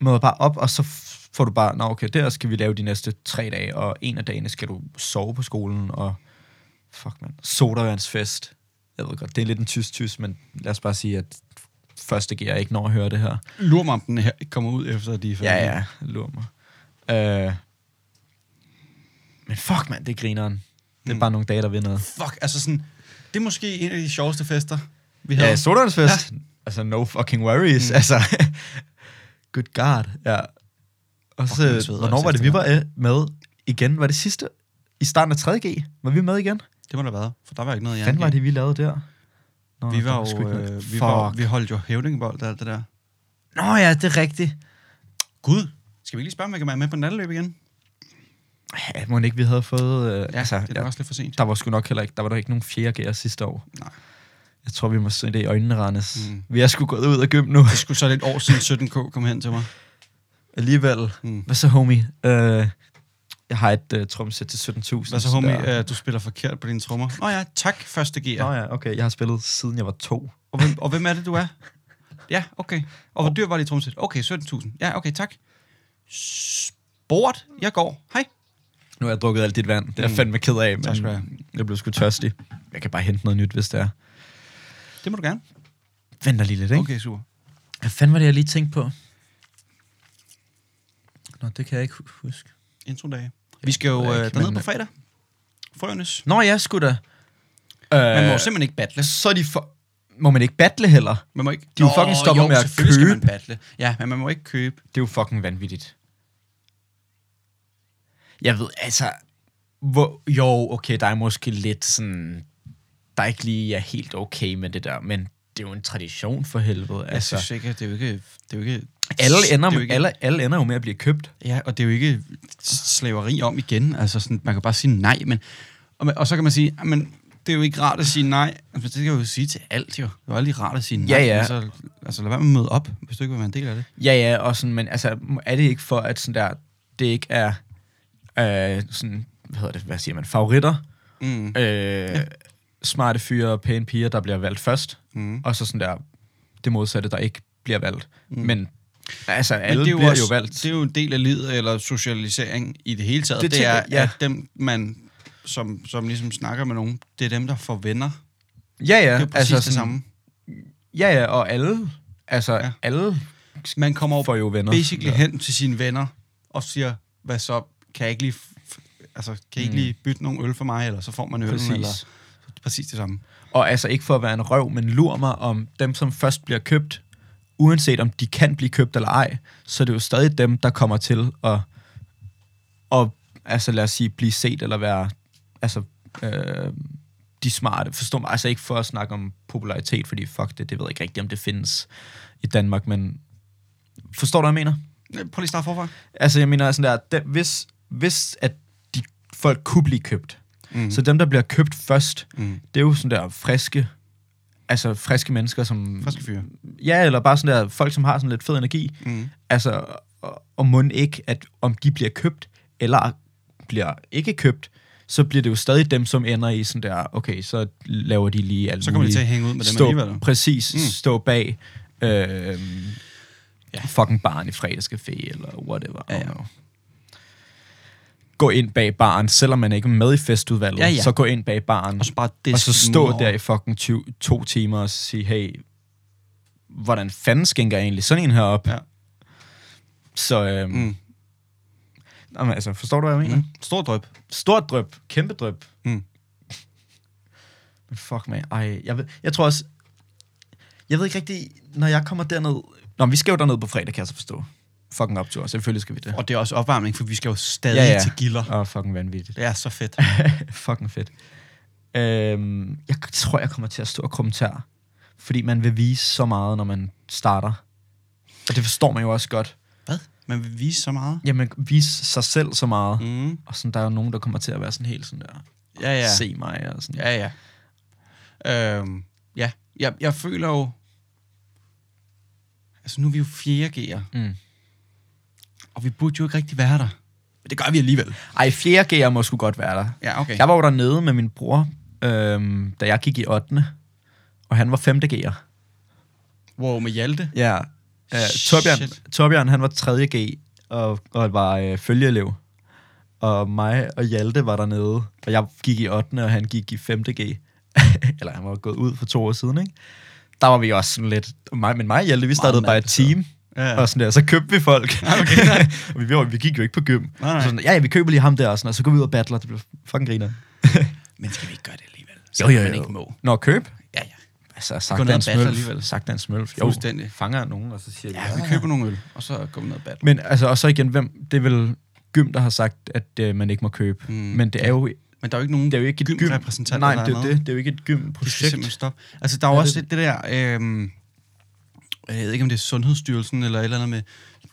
Speaker 1: Møder bare op, og så f- får du bare, nå okay, der skal vi lave de næste tre dage, og en af dagene skal du sove på skolen, og fuck man, sodavandsfest. Jeg ved godt, det er lidt en tysk-tysk, men lad os bare sige, at første gear ikke når at høre det her.
Speaker 2: Lur mig, om den her ikke kommer ud, efter de er
Speaker 1: Ja, ja, lur mig. Øh, men fuck, mand, det er grineren. Det
Speaker 2: Mm.
Speaker 1: er mm. bare nogle dage, der vinder.
Speaker 2: Fuck, altså sådan, det er måske en af de sjoveste fester, vi havde.
Speaker 1: Ja, sodavandsfest. Ja. Altså, no fucking worries.
Speaker 2: Mm.
Speaker 1: Mm. Altså, good god. Ja. Og så,
Speaker 2: Fucking altså, sveder
Speaker 1: hvornår
Speaker 2: også
Speaker 1: var det, vi
Speaker 2: efter
Speaker 1: var øh, med igen? Var det sidste? I starten af 3.G? Var vi med igen?
Speaker 2: Det må der have været, for der var ikke noget, jeg
Speaker 1: Hvordan var det, vi lavede der? Nå,
Speaker 2: Vi
Speaker 1: der
Speaker 2: var
Speaker 1: sgu
Speaker 2: jo,
Speaker 1: ikke noget.
Speaker 2: øh, vi,
Speaker 1: Fuck.
Speaker 2: var, vi holdt jo hævdingebold og alt det der.
Speaker 1: Nå ja, det er rigtigt.
Speaker 2: Gud, skal vi ikke lige spørge, om jeg kan være med på natteløb igen?
Speaker 1: Ja, må ikke, vi havde fået... Øh,
Speaker 2: Ja, altså, det er ja. også lidt for sent.
Speaker 1: der var sgu nok heller ikke, der var der ikke nogen fjerde G'er sidste år.
Speaker 2: Nej.
Speaker 1: Jeg tror, vi må se det i øjnene, Randes.
Speaker 2: Mm.
Speaker 1: Mm. Vi er sgu gået ud af gym nu.
Speaker 2: Det skulle så lidt år siden 17K kom hen til mig.
Speaker 1: Alligevel.
Speaker 2: Mm.
Speaker 1: Hvad så, homie? Øh, jeg har et øh, tromsæt til 17.000.
Speaker 2: Hvad så, homie?
Speaker 1: Der...
Speaker 2: Uh, du spiller forkert på dine trommer. Nå ja, tak, første gear.
Speaker 1: Nå ja, okay. Jeg har spillet siden jeg var to.
Speaker 2: Og, hvem, og hvem er det, du er? Ja, okay. Og hvor dyr var det i tromsæt? Okay, 17.000. Ja, okay, tak. Sport, jeg går. Hej.
Speaker 1: Nu har jeg drukket alt dit vand. Det er jeg
Speaker 2: Mm.
Speaker 1: fandme ked af, men
Speaker 2: Tak skal du have.
Speaker 1: jeg blev sgu tørstig. Jeg kan bare hente noget nyt, hvis det er.
Speaker 2: Det må du gerne.
Speaker 1: Vent da lige lidt, ikke?
Speaker 2: Okay, super.
Speaker 1: Hvad fanden var det, jeg lige tænkte på? Nå, det kan jeg ikke hu- huske.
Speaker 2: Introdage. Vi skal jo
Speaker 1: ved
Speaker 2: øh,
Speaker 1: jeg ikke,
Speaker 2: dernede
Speaker 1: men-
Speaker 2: på fredag. Frøernes.
Speaker 1: Nå, jeg skulle da. Øh,
Speaker 2: Man må jo simpelthen ikke battle.
Speaker 1: så er de for... Må man ikke battle heller?
Speaker 2: Man må ikke...
Speaker 1: De er jo fucking stoppet med at
Speaker 2: selvfølgelig Skal man
Speaker 1: købe.
Speaker 2: battle. Ja, men man må ikke købe.
Speaker 1: Det er jo fucking vanvittigt. Jeg ved, altså... Hvor, jo, okay, der er måske lidt sådan... Der er ikke lige er helt okay med det der, men det er jo en tradition for helvede.
Speaker 2: Jeg
Speaker 1: Altså,
Speaker 2: synes ikke, at det er jo ikke... Det er jo ikke
Speaker 1: alle, ender,
Speaker 2: det er jo
Speaker 1: med,
Speaker 2: ikke,
Speaker 1: alle, alle ender jo med at blive købt.
Speaker 2: Ja, og det er jo ikke slaveri om igen. Altså, sådan, man kan bare sige nej, men... Og, man- og så kan man sige, men det er jo ikke rart at sige nej. Altså, det kan jeg jo sige til alt, jo. Det er jo aldrig rart at sige nej.
Speaker 1: Ja, ja.
Speaker 2: men Så, altså, lad være med at møde op, hvis du ikke vil være en del af det.
Speaker 1: Ja, ja, og sådan, men altså, er det ikke for, at sådan der, det ikke er øh, sådan, hvad hedder det, hvad siger man, favoritter?
Speaker 2: Mm.
Speaker 1: Øh, Smarte fyre og pæne piger, der bliver valgt først,
Speaker 2: Mm.
Speaker 1: og så sådan der, det modsatte, der ikke bliver valgt. Mm. Men altså, alle
Speaker 2: men det er jo
Speaker 1: bliver
Speaker 2: også,
Speaker 1: jo valgt.
Speaker 2: Det er jo en del af livet, eller socialisering i det hele taget. Det, det
Speaker 1: Det tænker
Speaker 2: er,
Speaker 1: jeg, ja.
Speaker 2: at dem, man, som, som ligesom snakker med nogen, det er dem, der får venner.
Speaker 1: ja, ja,
Speaker 2: det er jo præcis altså, det
Speaker 1: sådan,
Speaker 2: samme.
Speaker 1: Ja, ja, og alle, altså
Speaker 2: Ja.
Speaker 1: ja. alle
Speaker 2: Man kommer jo
Speaker 1: får jo venner.
Speaker 2: basically
Speaker 1: Ja.
Speaker 2: hen til sine venner og siger, hvad så, kan jeg ikke lige, f- altså, kan jeg ikke
Speaker 1: Mm.
Speaker 2: lige bytte nogle øl for mig, eller så får man øl,
Speaker 1: Præcis.
Speaker 2: eller det er præcis det samme.
Speaker 1: Og altså ikke for at være en røv, men lur mig om dem, som først bliver købt, uanset om de kan blive købt eller ej, så er det jo stadig dem, der kommer til at, at altså lad os sige, blive set eller være altså, øh, de smarte. Forstår mig? Altså ikke for at snakke om popularitet, fordi fuck det, det ved jeg ikke rigtigt, om det findes i Danmark, men forstår du, hvad jeg mener?
Speaker 2: Øh, Prøv lige at starte forfra.
Speaker 1: Altså, jeg mener sådan der, dem, hvis, hvis at de folk kunne blive købt,
Speaker 2: Mm.
Speaker 1: mm. så dem, der bliver købt først,
Speaker 2: Mm.
Speaker 1: det er jo sådan der friske, altså friske mennesker, som...
Speaker 2: Friske fyre.
Speaker 1: Ja, eller bare sådan der folk, som har sådan lidt fed energi.
Speaker 2: Mm.
Speaker 1: Altså, og, og må ikke, at om de bliver købt, eller bliver ikke købt, så bliver det jo stadig dem, som ender i sådan der, okay, så laver de lige alt
Speaker 2: Så kommer de
Speaker 1: muligt.
Speaker 2: til at hænge ud med dem
Speaker 1: stå,
Speaker 2: alligevel.
Speaker 1: Præcis,
Speaker 2: Mm.
Speaker 1: mm. stå bag øh, ja. fucking barn i fredagscafé, eller whatever.
Speaker 2: Ja,
Speaker 1: Ja,
Speaker 2: ja.
Speaker 1: ja. Gå ind bag baren, selvom man ikke er med i festudvalget,
Speaker 2: Ja, ja.
Speaker 1: så gå ind bag baren,
Speaker 2: Og så bare
Speaker 1: og
Speaker 2: disk
Speaker 1: så
Speaker 2: dem
Speaker 1: stå
Speaker 2: over.
Speaker 1: der i fucking 20, to timer og sige, hey, hvordan fanden skænker jeg egentlig sådan en her op?
Speaker 2: Ja.
Speaker 1: Så, øhm, mm.
Speaker 2: Mm.
Speaker 1: jamen, altså, forstår du, hvad jeg mener?
Speaker 2: Mm. Stor drøb.
Speaker 1: Stort drøb. Kæmpe drøb.
Speaker 2: Mm.
Speaker 1: Men fuck, man. Ej, jeg, ved, jeg tror også... Jeg ved ikke rigtig, når jeg kommer derned... Nå, men vi skal jo derned på fredag, kan jeg så forstå. Fucking optur. Selvfølgelig skal vi det.
Speaker 2: Og det er også opvarmning, for vi skal jo stadig
Speaker 1: Ja, ja.
Speaker 2: til gilder.
Speaker 1: Åh, oh, fucking vanvittigt.
Speaker 2: Det er så fedt.
Speaker 1: fucking fedt. Øhm, jeg tror, jeg kommer til at stå og kommentere. Fordi man vil vise så meget, når man starter. Og det forstår man jo også godt.
Speaker 2: Hvad? Man vil vise så meget.
Speaker 1: Jamen, vise sig selv så meget. Mm.
Speaker 2: Mm.
Speaker 1: Og sådan, der er jo nogen, der kommer til at være sådan helt sådan der.
Speaker 2: Ja, ja.
Speaker 1: Se mig og sådan.
Speaker 2: Ja, ja. Øhm, ja, jeg, jeg føler jo... Altså, nu er vi jo 4G'er,
Speaker 1: Mm.
Speaker 2: og vi burde jo ikke rigtig være der. Men det gør vi alligevel.
Speaker 1: Ej, 4G'er må sgu godt være der.
Speaker 2: Ja, okay.
Speaker 1: Jeg var jo dernede med min bror, øhm, da jeg gik i 8. Og han var 5. G'er.
Speaker 2: Wow, med Hjalte.
Speaker 1: Ja. Øh, Torbjørn,
Speaker 2: Shit.
Speaker 1: Torbjørn, han var 3. G og, og var øh, følgeelev. Og mig og Hjalte var dernede. Og jeg gik i 8. og han gik i 5. G. Eller han var gået ud for to år siden, ikke? Der var vi også sådan lidt... Mig, men mig og Hjalte, vi startede bare et
Speaker 2: mærkeligt sted.
Speaker 1: team.
Speaker 2: Ja. Ah,
Speaker 1: Og sådan der, så købte vi folk. Okay. og vi, var- vi gik jo ikke på gym.
Speaker 2: nej.
Speaker 1: Så sådan, ja, ja, vi køber lige ham der, og, sådan, og så går vi ud og battler. Det blev fucking griner.
Speaker 2: Men skal vi ikke gøre det alligevel?
Speaker 1: Jo, jo,
Speaker 2: Man
Speaker 1: jo.
Speaker 2: ikke må.
Speaker 1: Nå, køb?
Speaker 2: Ja, ja.
Speaker 1: Altså,
Speaker 2: Gå
Speaker 1: sagt
Speaker 2: ned og
Speaker 1: en
Speaker 2: battler
Speaker 1: smølf.
Speaker 2: alligevel.
Speaker 1: Sagt en smølf. Jo,
Speaker 2: Fuldstændig.
Speaker 1: fanger nogen, og så siger de,
Speaker 2: Ja, vi køber nogle øl, og så går vi ned og battle.
Speaker 1: Men altså, og så igen, hvem, det er vel gym, der har sagt, at øh, man ikke må købe. Mm. Men det er jo, det
Speaker 2: Men der er jo ikke nogen
Speaker 1: er jo ikke et
Speaker 2: gymrepræsentanter, der
Speaker 1: Nej, det er jo
Speaker 2: med.
Speaker 1: det. Det er jo ikke et
Speaker 2: Vi skal simpelthen
Speaker 1: gymprojekt.
Speaker 2: stoppe. Altså, der er jo også det, det der... Øh, jeg ved ikke, om det er Sundhedsstyrelsen eller et eller andet med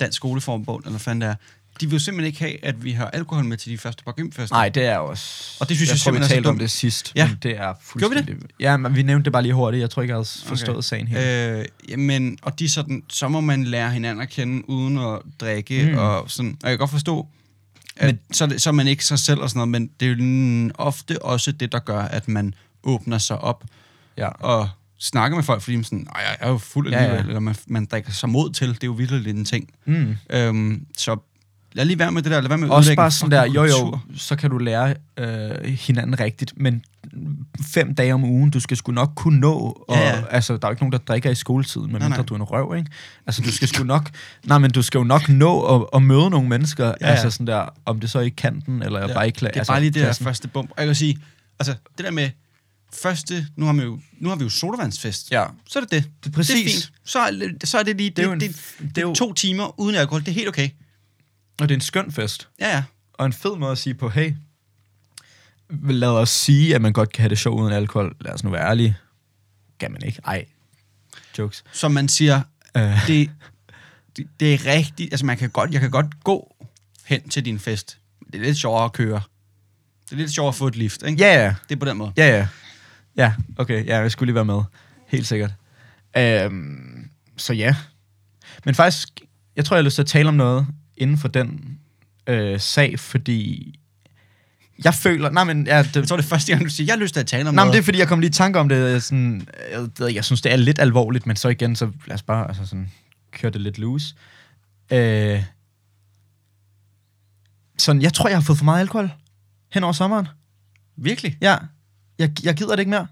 Speaker 2: Dansk Skoleforbund, eller hvad fanden det er. De vil jo simpelthen ikke have, at vi har alkohol med til de første par gymfester.
Speaker 1: Nej, det er også...
Speaker 2: Og det synes jeg
Speaker 1: tror, vi
Speaker 2: simpelthen er så
Speaker 1: talte om
Speaker 2: dumt.
Speaker 1: det sidst.
Speaker 2: Ja.
Speaker 1: men Det er
Speaker 2: Gjorde vi det?
Speaker 1: fuldstændig... Ja, men vi nævnte det bare lige hurtigt. Jeg tror ikke, jeg har forstået okay. sagen helt. Øh,
Speaker 2: Øh, men, og de er sådan, så må man lære hinanden at kende uden at drikke, mm. og sådan, og jeg kan godt forstå, at men, så, er det- så er man ikke sig selv og sådan noget, men det er jo n- ofte også det, der gør, at man åbner sig op
Speaker 1: ja.
Speaker 2: og snakker med folk, fordi man sådan, "Ej, jeg er jo fuld
Speaker 1: Ja,
Speaker 2: alligevel, ja,
Speaker 1: ja.
Speaker 2: ja. eller man, man drikker sig mod til, det er jo virkelig lidt en ting.
Speaker 1: Mm.
Speaker 2: Øhm, så lad lige være med det der, lad være med at
Speaker 1: Også
Speaker 2: ødelægge
Speaker 1: bare
Speaker 2: en
Speaker 1: sådan der,
Speaker 2: fucking
Speaker 1: jo jo,
Speaker 2: kultur.
Speaker 1: så kan du lære øh, hinanden rigtigt, men fem dage om ugen, du skal sgu nok kunne nå, og
Speaker 2: Ja, ja.
Speaker 1: altså, der er jo ikke nogen, der drikker i skoletiden, medmindre
Speaker 2: nej.
Speaker 1: du er en røv, ikke? Altså, du skal sgu nok, nej, men du skal jo nok nå at, at møde nogle mennesker, ja,
Speaker 2: ja.
Speaker 1: ja. altså sådan der, om det så er i kanten, eller ja, bare i kla-
Speaker 2: Det er
Speaker 1: altså,
Speaker 2: bare lige det der
Speaker 1: klassen.
Speaker 2: første bump. Og jeg kan sige, altså det der med første, nu har, man jo, nu har vi jo sodavandsfest.
Speaker 1: Ja.
Speaker 2: Så er det det.
Speaker 1: Det er præcis.
Speaker 2: Det er fint. Så er, så er det lige, det, det,
Speaker 1: er
Speaker 2: er
Speaker 1: jo en-
Speaker 2: det,
Speaker 1: det
Speaker 2: det,
Speaker 1: er
Speaker 2: det
Speaker 1: jo-
Speaker 2: er to timer uden alkohol. Det er helt okay.
Speaker 1: Og det er en skøn fest,
Speaker 2: Ja, ja.
Speaker 1: og en fed måde at sige på, hey, lad os sige, at man godt kan have det sjovt uden alkohol, lad os nu være ærlige. Kan man ikke? Ej. Jokes.
Speaker 2: Som man siger,
Speaker 1: Øh.
Speaker 2: det, det, det er rigtigt. Altså man kan godt, jeg kan godt gå hen til din fest. Det er lidt sjovere at køre. Det er lidt sjovere at få et lift, ikke?
Speaker 1: Ja, ja.
Speaker 2: Det er på den måde.
Speaker 1: Ja, ja. Ja, okay. Ja, jeg skulle lige være med. Helt sikkert. Øhm, så ja. Men faktisk, jeg tror, jeg har lyst til at tale om noget inden for den øh, sag, fordi jeg føler... Nej, men, ja, det,
Speaker 2: Jeg tror, det er første gang, du siger, jeg har lyst til at tale om
Speaker 1: nej, men
Speaker 2: noget.
Speaker 1: det er, fordi jeg kom lige i tanke om det. øh, Sådan, jeg, ved, ikke, jeg synes, det er lidt alvorligt, men så igen, så lad os bare altså sådan, køre det lidt loose. Øh, sådan, jeg tror, jeg har fået for meget alkohol hen over sommeren.
Speaker 2: Virkelig?
Speaker 1: Ja, jeg, jeg gider det ikke mere.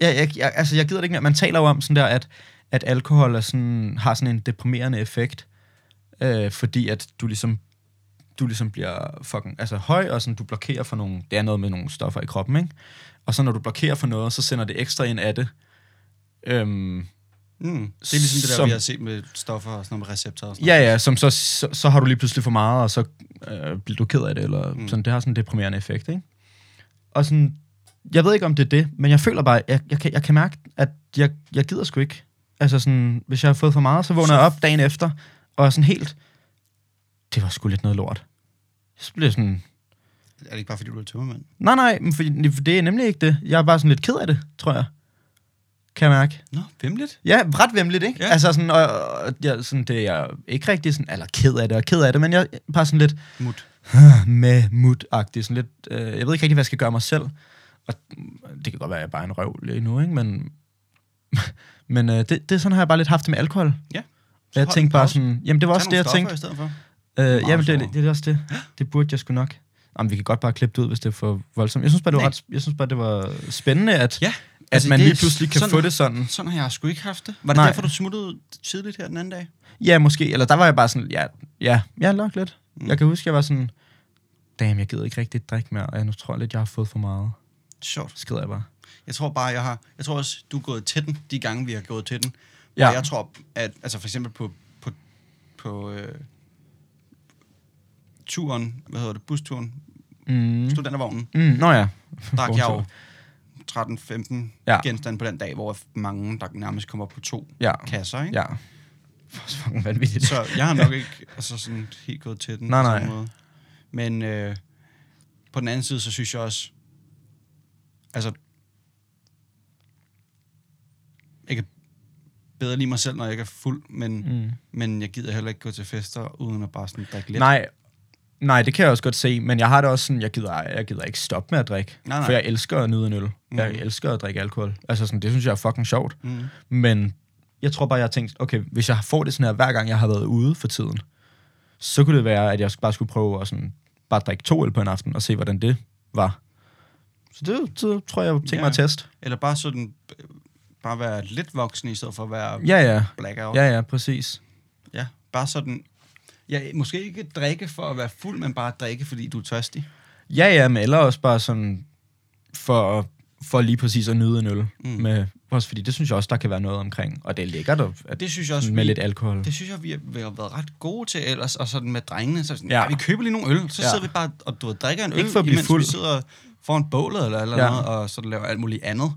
Speaker 1: Jeg, jeg, jeg, altså, jeg gider det ikke mere. Man taler jo om sådan der, at, at alkohol er sådan, har sådan en deprimerende effekt, øh, fordi at du ligesom, du ligesom bliver fucking altså, høj, og sådan, du blokerer for nogle... Det er noget med nogle stoffer i kroppen, ikke? Og så når du blokerer for noget, så sender det ekstra ind af det. Øhm,
Speaker 2: Mm. Det er ligesom det der,
Speaker 1: Som-
Speaker 2: vi har set med stoffer og sådan noget med receptorer og sådan
Speaker 1: ja, ja, som så, så, så har du lige pludselig for meget, og så øh, bliver du ked af det, eller mm. sådan, det har sådan en deprimerende effekt, ikke? Og sådan, jeg ved ikke, om det er det, men jeg føler bare, jeg, jeg, kan, jeg kan mærke, at jeg, jeg gider sgu ikke. Altså sådan, hvis jeg har fået for meget, så vågner jeg op dagen efter, og er sådan helt, det var sgu lidt noget lort. Så bliver jeg sådan,
Speaker 2: noget. Er det ikke bare, fordi du er tømmermand?
Speaker 1: nej nej, men for, for det er nemlig ikke det. Jeg er bare sådan lidt ked af det, tror jeg. Kan jeg mærke.
Speaker 2: Nå, vemmeligt.
Speaker 1: Ja, ret vemmeligt, ikke? Ja.
Speaker 2: Ja.
Speaker 1: Altså sådan, og, og ja, sådan, det er jeg ikke rigtig sådan, eller ked af det, og ked af det, men jeg er bare sådan lidt
Speaker 2: Mut.
Speaker 1: med mut sådan lidt, øh, jeg ved ikke rigtig, hvad jeg skal gøre mig selv, og mm, det kan godt være, at jeg bare er en røv lige nu, ikke? Men, men øh, det, det, er sådan har jeg bare lidt haft det med alkohol.
Speaker 2: Ja.
Speaker 1: Og jeg
Speaker 2: hold
Speaker 1: tænkte
Speaker 2: en
Speaker 1: bare
Speaker 2: pause.
Speaker 1: sådan, jamen det var også
Speaker 2: Tag
Speaker 1: det, jeg
Speaker 2: nogle
Speaker 1: tænkte.
Speaker 2: stoffer I stedet for.
Speaker 1: Øh, jamen, det, er-
Speaker 2: stor.
Speaker 1: det, er også det. Det burde jeg sgu nok. Jamen, vi kan godt bare klippe det ud, hvis det er for voldsomt. Jeg synes bare, det var,
Speaker 2: Nej.
Speaker 1: ret, jeg synes bare, det var spændende, at,
Speaker 2: Ja.
Speaker 1: altså,
Speaker 2: Altså,
Speaker 1: man
Speaker 2: det er
Speaker 1: lige pludselig kan
Speaker 2: sådan-
Speaker 1: få det sådan.
Speaker 2: Sådan har jeg sgu ikke haft det. Var det
Speaker 1: Nej.
Speaker 2: Nej. derfor, du smuttede tidligt her den anden dag?
Speaker 1: Ja, måske. Eller der var jeg bare sådan, ja, ja, ja nok lidt. Mm. Jeg kan huske, jeg var sådan, damn, jeg gider ikke rigtig drikke mere, og jeg nu tror jeg lidt, jeg har fået for meget.
Speaker 2: Sjovt.
Speaker 1: Skrider jeg bare.
Speaker 2: Jeg tror bare, jeg har... Jeg tror også, du er gået til den, de gange, vi har gået til den.
Speaker 1: Ja.
Speaker 2: Ja. Og jeg tror, at... Altså for eksempel på... på, på øh, turen, hvad hedder det, busturen,
Speaker 1: Mm.
Speaker 2: mm. studentervognen,
Speaker 1: Mm, nå ja.
Speaker 2: drak jeg jo
Speaker 1: Vogntur.
Speaker 2: 13-15
Speaker 1: Ja.
Speaker 2: ja. genstande på den dag, hvor mange, der nærmest kommer på to
Speaker 1: Ja.
Speaker 2: kasser, ikke?
Speaker 1: Ja. For så fucking vanvittigt.
Speaker 2: Så jeg har nok ikke altså sådan helt gået til den
Speaker 1: Nej,
Speaker 2: på
Speaker 1: nej.
Speaker 2: samme måde. Men øh, på den anden side, så synes jeg også, altså, jeg kan bedre lide mig selv, når jeg ikke er fuld, men, mm.
Speaker 1: Mm.
Speaker 2: men jeg gider heller ikke gå til fester, uden at bare sådan drikke lidt.
Speaker 1: Nej, nej, det kan jeg også godt se, men jeg har det også sådan, jeg gider, jeg gider ikke stoppe med at drikke,
Speaker 2: Nej, nej.
Speaker 1: for jeg elsker at nyde en øl. Mm. Jeg elsker at drikke alkohol. Altså sådan, det synes jeg er fucking sjovt.
Speaker 2: Mm.
Speaker 1: Men jeg tror bare, jeg har tænkt, okay, hvis jeg får det sådan her, hver gang jeg har været ude for tiden, så kunne det være, at jeg bare skulle prøve at sådan, bare drikke to øl på en aften og se, hvordan det var. Så det, det tror jeg, jeg tænker
Speaker 2: Ja.
Speaker 1: mig at teste.
Speaker 2: Eller bare sådan, øh, bare være lidt voksen, i stedet for at være
Speaker 1: Ja, ja.
Speaker 2: blackout.
Speaker 1: Ja, ja, præcis.
Speaker 2: ja. Bare sådan, ja, måske ikke drikke for at være fuld, men bare drikke, fordi du er tørstig.
Speaker 1: Ja, ja, men eller også bare sådan for, for lige præcis at nyde en øl. Mm.
Speaker 2: Mm.
Speaker 1: Med, også fordi det synes jeg også, der kan være noget omkring. Og det er lækkert at, at
Speaker 2: Det synes jeg også,
Speaker 1: med
Speaker 2: vi-
Speaker 1: lidt alkohol.
Speaker 2: Det synes jeg, vi har, vi har været ret gode til ellers, og sådan med drengene, så sådan,
Speaker 1: Ja.
Speaker 2: ja. vi køber lige nogle øl, så
Speaker 1: Ja.
Speaker 2: ja. sidder vi bare og du ved, drikker en øl,
Speaker 1: Ikke for at blive
Speaker 2: imens
Speaker 1: fuld.
Speaker 2: vi sidder foran bålet eller, eller
Speaker 1: Ja.
Speaker 2: ja. noget, og så laver alt muligt andet.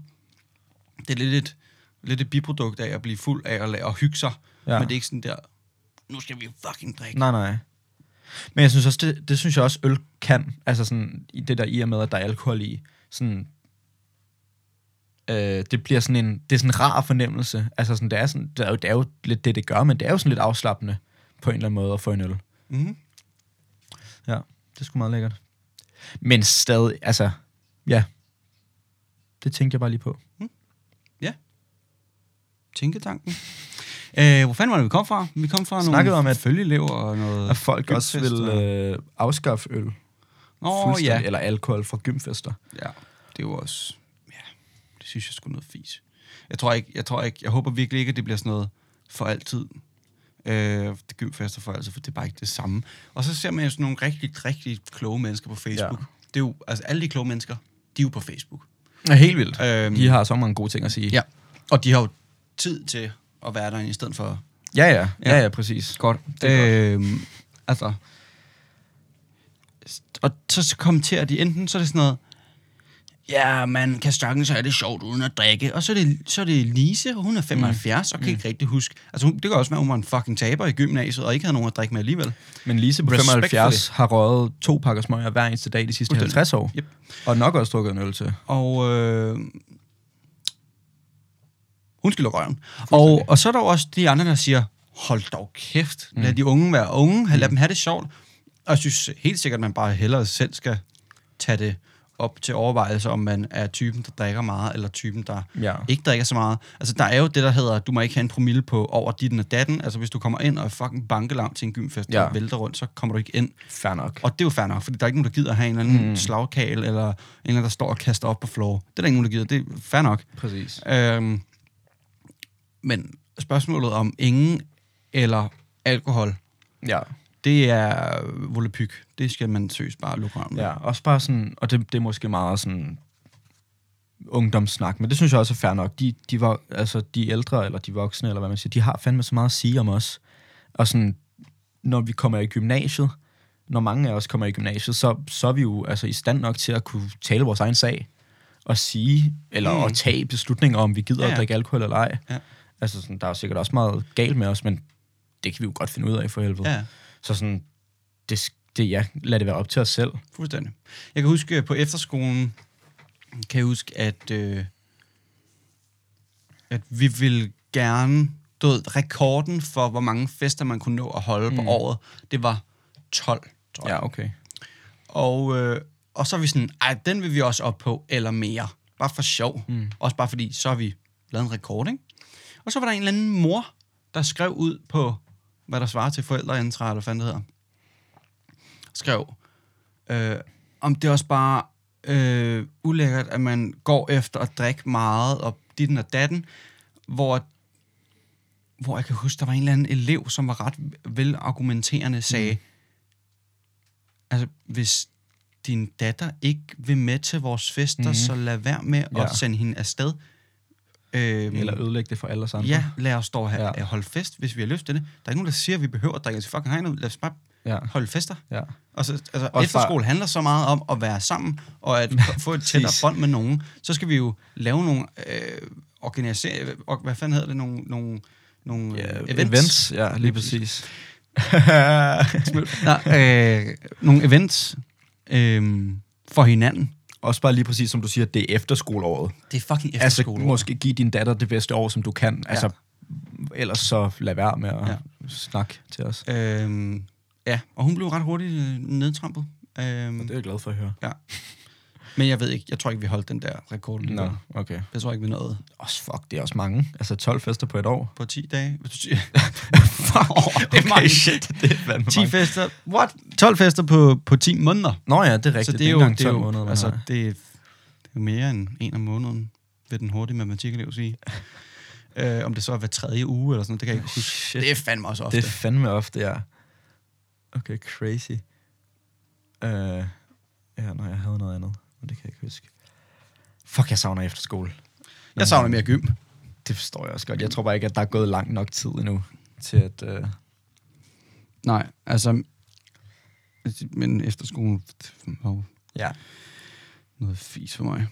Speaker 2: Det er lidt et, lidt et biprodukt af at blive fuld af at, la- og hygge sig,
Speaker 1: Ja.
Speaker 2: ja. men det er ikke sådan der, nu skal vi fucking drikke.
Speaker 1: Nej, nej. Men jeg synes også, det, det synes jeg også, øl kan. Altså sådan, i det der i og med, at der er alkohol i. Sådan, øh, det bliver sådan en, det er sådan en rar fornemmelse. Altså sådan, det er, sådan, det, er jo, det er jo lidt det, det gør, men det er jo sådan lidt afslappende på en eller anden måde at få en øl.
Speaker 2: Mm-hmm.
Speaker 1: Ja, det er sgu meget lækkert. Men stadig, altså, ja. Det tænkte jeg bare lige på.
Speaker 2: Tænketanken. Øh, hvor fanden var det, vi kom fra? Vi kom fra
Speaker 1: Snakkede om,
Speaker 2: nogle
Speaker 1: at-
Speaker 2: følgelever og noget...
Speaker 1: At folk også
Speaker 2: gymfest
Speaker 1: vil
Speaker 2: og-
Speaker 1: øh, afskaffe øl
Speaker 2: Nå
Speaker 1: fuldstændig,
Speaker 2: ja.
Speaker 1: eller alkohol fra gymfester.
Speaker 2: Ja, det er jo også... Ja, det synes jeg sgu noget fis. Jeg tror ikke, jeg tror ikke, jeg håber virkelig ikke, at det bliver sådan noget for altid. Øh, det gymfester for altid, for det er bare ikke det samme. Og så ser man jo sådan nogle rigtig, rigtig kloge mennesker på Facebook.
Speaker 1: Ja.
Speaker 2: Ja. Det er jo, altså alle de kloge mennesker, de er jo på Facebook.
Speaker 1: Ja, helt vildt.
Speaker 2: Øhm,
Speaker 1: De har så mange gode ting at sige.
Speaker 2: Ja, og de har jo tid til at være derinde, i stedet for...
Speaker 1: ja, ja, ja, ja præcis.
Speaker 2: Godt.
Speaker 1: Det er
Speaker 2: Øhm, altså... Og så kommenterer de enten, så er det sådan noget, Ja, man kan sagtens have det sjovt uden at drikke. Og så er det, så er det Lise, og hun er 75, mm. og kan ikke rigtig huske. Altså, hun, det kan også være, at hun var en fucking taber i gymnasiet, og ikke havde nogen at drikke med alligevel.
Speaker 1: Men Lise på
Speaker 2: Respect for
Speaker 1: 75 har røget to pakker smøger hver eneste dag de sidste
Speaker 2: Fuldstændig.
Speaker 1: 50 år.
Speaker 2: Yep.
Speaker 1: Og nok også drukket en øl til.
Speaker 2: Og øh, hun skal lukke røven. Og, og så er der jo også de andre, der siger, hold dog kæft,
Speaker 1: Mm.
Speaker 2: lad de unge være unge, lad dem have det sjovt. Og jeg synes helt sikkert, at man bare hellere selv skal tage det op til overvejelse, om man er typen, der drikker meget, eller typen, der
Speaker 1: Ja.
Speaker 2: ikke drikker så meget. Altså, der er jo det, der hedder, du må ikke have en promille på over ditten og datten. Altså, hvis du kommer ind og er fucking bankelam til en gymfest
Speaker 1: Ja.
Speaker 2: ja. og vælter rundt, så kommer du ikke ind.
Speaker 1: Fair nok.
Speaker 2: Og det er jo fair nok, fordi der er ikke nogen, der gider at have en eller anden mm. slagkagel, eller en eller anden, der står og kaster op på floor. Det er der ikke nogen, der gider. Det er fair nok.
Speaker 1: Præcis.
Speaker 2: Øhm, men spørgsmålet om ingen eller alkohol,
Speaker 1: Ja.
Speaker 2: det er volepyg. Det skal man søges bare lukke røven med.
Speaker 1: Ja, også bare sådan, og det, det er måske meget sådan ungdomssnak, men det synes jeg også er fair nok. De, de, var, altså, de ældre, eller de voksne, eller hvad man siger, de har fandme så meget at sige om os. Og sådan, når vi kommer i gymnasiet, når mange af os kommer i gymnasiet, så, så er vi jo altså, i stand nok til at kunne tale vores egen sag, og sige, eller mm.
Speaker 2: Mm.
Speaker 1: at tage beslutninger om, vi gider ja,
Speaker 2: Ja,
Speaker 1: ja.
Speaker 2: ja.
Speaker 1: at drikke alkohol eller ej.
Speaker 2: Ja.
Speaker 1: Altså, sådan, der er jo sikkert også meget galt med os, men det kan vi jo godt finde ud af for helvede.
Speaker 2: ja.
Speaker 1: Så sådan, det, sk- det, ja, lad det være op til os selv.
Speaker 2: Fuldstændig. Jeg kan huske, på efterskolen, kan jeg huske, at, øh, at vi ville gerne, du ved, rekorden for, hvor mange fester man kunne nå at holde mm. på året, det var 12, tror jeg.
Speaker 1: Ja, okay.
Speaker 2: Og, øh, og så er vi sådan, ej, den vil vi også op på, eller mere. Bare for sjov. Mm. Også bare fordi, så har vi lavet en rekord, ikke? Og så var der en eller anden mor, der skrev ud på, hvad der svarer til forældreintra, eller hvad fanden det hedder. Skrev, øh, om det også bare øh, ulækkert, at man går efter at drikke meget, og ditten og datten, hvor, hvor jeg kan huske, der var en eller anden elev, som var ret velargumenterende, sagde, mm.
Speaker 1: Mm.
Speaker 2: altså, hvis din datter ikke vil med til vores fester, mm. så lad være med at
Speaker 1: Mm-hmm. Ja.
Speaker 2: sende hende afsted. Øhm,
Speaker 1: Eller ødelægge det for alle os andre.
Speaker 2: Ja, lad os dog have,
Speaker 1: Ja.
Speaker 2: ja. holde fest, hvis vi har lyst til det. Der er ikke nogen, der siger, at vi behøver at drikke os i fucking hegnet. ud. Lad os bare
Speaker 1: Ja.
Speaker 2: holde fester.
Speaker 1: ja.
Speaker 2: Og så, altså,
Speaker 1: Også
Speaker 2: efterskole handler så meget om at være sammen, og at få et tættere
Speaker 1: Præcis.
Speaker 2: bånd med nogen. Så skal vi jo lave nogle, øh, organisere, og hvad fanden hedder det, nogle, nogle, nogle
Speaker 1: Ja,
Speaker 2: øh,
Speaker 1: events. events. Ja, lige præcis.
Speaker 2: Nej, øh, nogle events øh, for hinanden.
Speaker 1: Også bare lige præcis, som du siger, det er efterskoleåret.
Speaker 2: Det er fucking
Speaker 1: Altså,
Speaker 2: efterskole.
Speaker 1: måske give din datter det bedste år, som du kan. Altså, ellers så lad være med at ja. snakke til os.
Speaker 2: øh, ja, og hun blev ret hurtigt øh, nedtrampet. Øh,
Speaker 1: Det er jeg glad for at høre.
Speaker 2: Ja. Men jeg ved ikke, jeg tror ikke, vi holdt den der rekord. lige
Speaker 1: Nå,
Speaker 2: der.
Speaker 1: okay.
Speaker 2: Jeg tror ikke, vi nåede
Speaker 1: Også fuck, det er også mange. Altså 12 fester på et år.
Speaker 2: på 10 dage. Hvis du siger- Fuck, det er mange.
Speaker 1: shit. Det er fandme
Speaker 2: 10
Speaker 1: mange.
Speaker 2: fester. What? 12 fester på, på 10 måneder.
Speaker 1: Nå ja, det er rigtigt.
Speaker 2: så det,
Speaker 1: ikke
Speaker 2: er jo,
Speaker 1: engang
Speaker 2: det, er
Speaker 1: 12
Speaker 2: jo,
Speaker 1: måneder, man
Speaker 2: altså,
Speaker 1: har.
Speaker 2: det, er, det er jo mere end en om måneden, vil den hurtige matematikelev sige. Uh, om det så er hver tredje uge eller sådan noget, det kan jeg ikke huske.
Speaker 1: Shit.
Speaker 2: Det er fandme også ofte.
Speaker 1: Det er fandme ofte, ja. Okay, crazy. Uh, ja, nej, jeg havde noget andet, men det kan jeg ikke huske. Fuck, jeg savner efterskole.
Speaker 2: jeg savner mere gym.
Speaker 1: Det forstår jeg også godt. Jeg tror bare ikke, at der er gået lang nok tid endnu til at... Uh...
Speaker 2: Nej, altså... Men efterskolen var jo
Speaker 1: Ja.
Speaker 2: Noget fis for mig.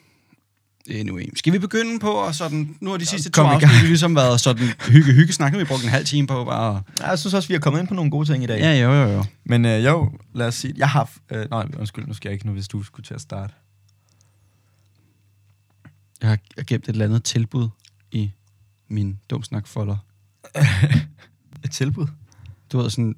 Speaker 2: Anyway. Skal vi begynde på, og sådan, nu har de sidste to
Speaker 1: kom i
Speaker 2: afsnit jo ligesom været sådan hygge-hygge-snak, nu har vi brugt en halv time på bare...
Speaker 1: Jeg synes også, vi er kommet ind på nogle gode ting i dag.
Speaker 2: Ja, jo, jo, jo.
Speaker 1: Men øh, jo, lad os sige... Jeg har... Øh, nej, undskyld, nu skal jeg ikke nu, hvis du skulle til at starte.
Speaker 2: Jeg har jeg har gemt et eller andet tilbud i min dumsnak-folder.
Speaker 1: Et tilbud?
Speaker 2: Du ved sådan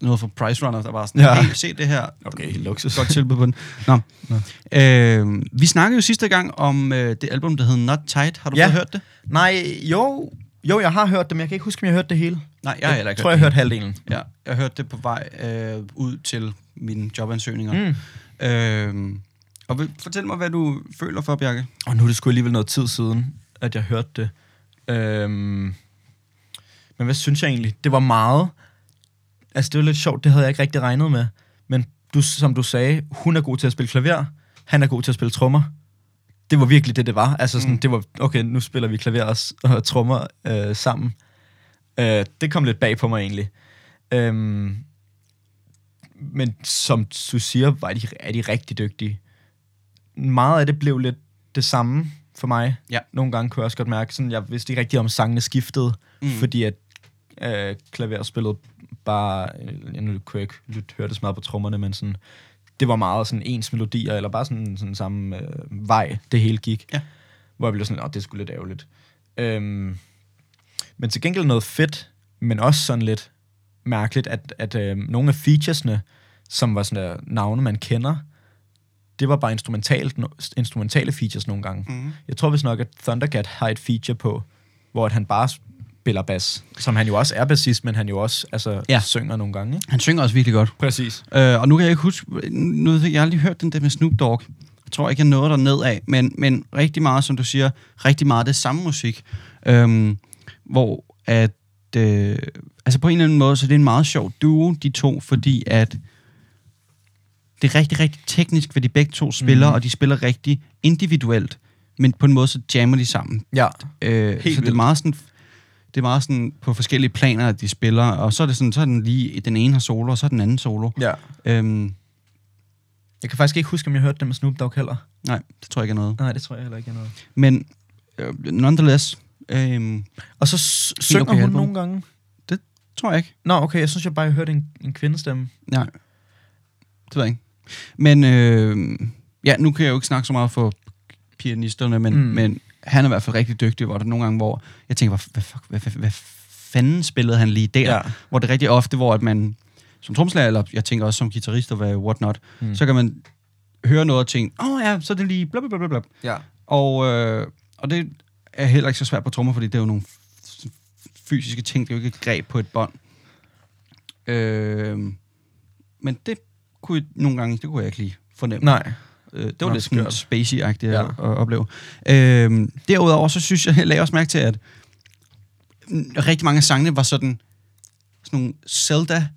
Speaker 2: noget fra Price Runner, der var sådan, ja.
Speaker 1: Ja.
Speaker 2: hey, se det her.
Speaker 1: Okay, luksus.
Speaker 2: Godt tilbud på den. Nå.
Speaker 1: Nå.
Speaker 2: Øh, vi snakkede jo sidste gang om øh, det album, der hed Not Tight. Har du
Speaker 1: Ja.
Speaker 2: ja. hørt det?
Speaker 1: Nej, jo... Jo, jeg har hørt det, men jeg kan ikke huske, om jeg har hørt det hele.
Speaker 2: Nej, jeg har heller ikke
Speaker 1: jeg tror, jeg
Speaker 2: hørt
Speaker 1: har hørt halvdelen.
Speaker 2: det. Ja, jeg hørte det på vej øh, ud til mine jobansøgninger.
Speaker 1: Mm.
Speaker 2: Øhm, og vil, fortæl mig, hvad du føler for, Bjarke.
Speaker 1: Og nu er det sgu alligevel noget tid siden, at jeg hørte det. Øhm, men hvad synes jeg egentlig? Det var meget... Altså, det var lidt sjovt, det havde jeg ikke rigtig regnet med. Men du, som du sagde, hun er god til at spille klaver, han er god til at spille trommer. Det var virkelig det, det var. Altså, sådan,
Speaker 2: Mm.
Speaker 1: mm. det var, okay, nu spiller vi klaver og, s- og trommer øh, sammen. Øh, det kom lidt bag på mig egentlig. Øhm, men som du siger, var de, er de rigtig dygtige. Meget af det blev lidt det samme for mig.
Speaker 2: Ja.
Speaker 1: Nogle gange kunne jeg også godt mærke, sådan, jeg vidste ikke rigtig om sangene skiftede,
Speaker 2: Mm.
Speaker 1: mm. fordi at øh, klaverspillet bare, øh, jeg nu kunne jeg ikke lytte, høre det så meget på trommerne, men sådan, det var meget sådan ens melodier, eller bare sådan, sådan samme øh, vej, det hele gik.
Speaker 2: Ja.
Speaker 1: Hvor jeg blev sådan, åh, det skulle lidt ærgerligt. Øhm, men til gengæld noget fedt, men også sådan lidt mærkeligt, at, at øh, nogle af featuresne, som var sådan der navne, man kender, det var bare instrumentalt, no- instrumentale features nogle gange.
Speaker 2: Mm.
Speaker 1: Jeg tror vist nok, at Thundercat har et feature på, hvor at han bare spiller bas, som han jo også er bassist, men han jo også altså,
Speaker 2: Ja.
Speaker 1: ja. synger nogle gange. Ikke?
Speaker 2: Han synger også virkelig godt.
Speaker 1: Præcis.
Speaker 2: Øh, og nu kan jeg ikke huske, nu ved jeg, jeg har aldrig hørt den der med Snoop Dogg. Jeg tror ikke, jeg nåede der nedad, men, men rigtig meget, som du siger, rigtig meget af det samme musik. Øhm, hvor at, øh, altså på en eller anden måde, så det er en meget sjov duo, de to, fordi at det er rigtig, rigtig teknisk, hvad de begge to spiller, mm.
Speaker 1: Mhm.
Speaker 2: og de spiller rigtig individuelt, men på en måde, så jammer de sammen.
Speaker 1: Ja.
Speaker 2: Øh, så det er
Speaker 1: vildt.
Speaker 2: meget sådan det er meget sådan på forskellige planer, at de spiller, og så er det sådan, så er den lige, den ene har solo, og så er den anden solo.
Speaker 1: ja.
Speaker 2: Øhm,
Speaker 1: Jeg kan faktisk ikke huske, om jeg hørte det med Snoop Dogg heller.
Speaker 2: nej, det tror jeg ikke er noget.
Speaker 1: Nej, det tror jeg heller ikke, jeg nåede.
Speaker 2: Men øh, nonetheless, øhm,
Speaker 1: Og så s- synger
Speaker 2: okay
Speaker 1: okay hun
Speaker 2: album.
Speaker 1: nogle gange.
Speaker 2: tror jeg ikke.
Speaker 1: Nå, okay, jeg synes, jeg bare hørte en, en kvindestemme.
Speaker 2: Nej, det ved jeg ikke. Men øh, ja, nu kan jeg jo ikke snakke så meget for pianisterne, men, mm.
Speaker 1: Mm.
Speaker 2: men han er i hvert fald rigtig dygtig, hvor der er nogle gange, hvor jeg tænker, hvad, hvad, fuck, hvad, hvad, hvad fanden spillede han lige der?
Speaker 1: Ja.
Speaker 2: Hvor det er rigtig ofte, hvor at man som tromslager, eller jeg tænker også som guitarist og hvad whatnot, mm.
Speaker 1: Mm.
Speaker 2: så kan man høre noget og tænke, åh oh, ja, så er det lige bla bla bla bla.
Speaker 1: Ja.
Speaker 2: Og, øh, og det er heller ikke så svært på trommer, fordi det er jo nogle f- fysiske ting, det er jo ikke et greb på et bånd. Øh, men det kunne jeg nogle gange, det kunne jeg ikke lige fornemme.
Speaker 1: Nej.
Speaker 2: Øh, det var
Speaker 1: Nå,
Speaker 2: lidt sådan
Speaker 1: skørt.
Speaker 2: spacey-agtigt ja.
Speaker 1: Ja.
Speaker 2: at, at opleve. Øh, derudover, så synes jeg, jeg lagde også mærke til, at rigtig mange af sangene var sådan, sådan nogle Zelda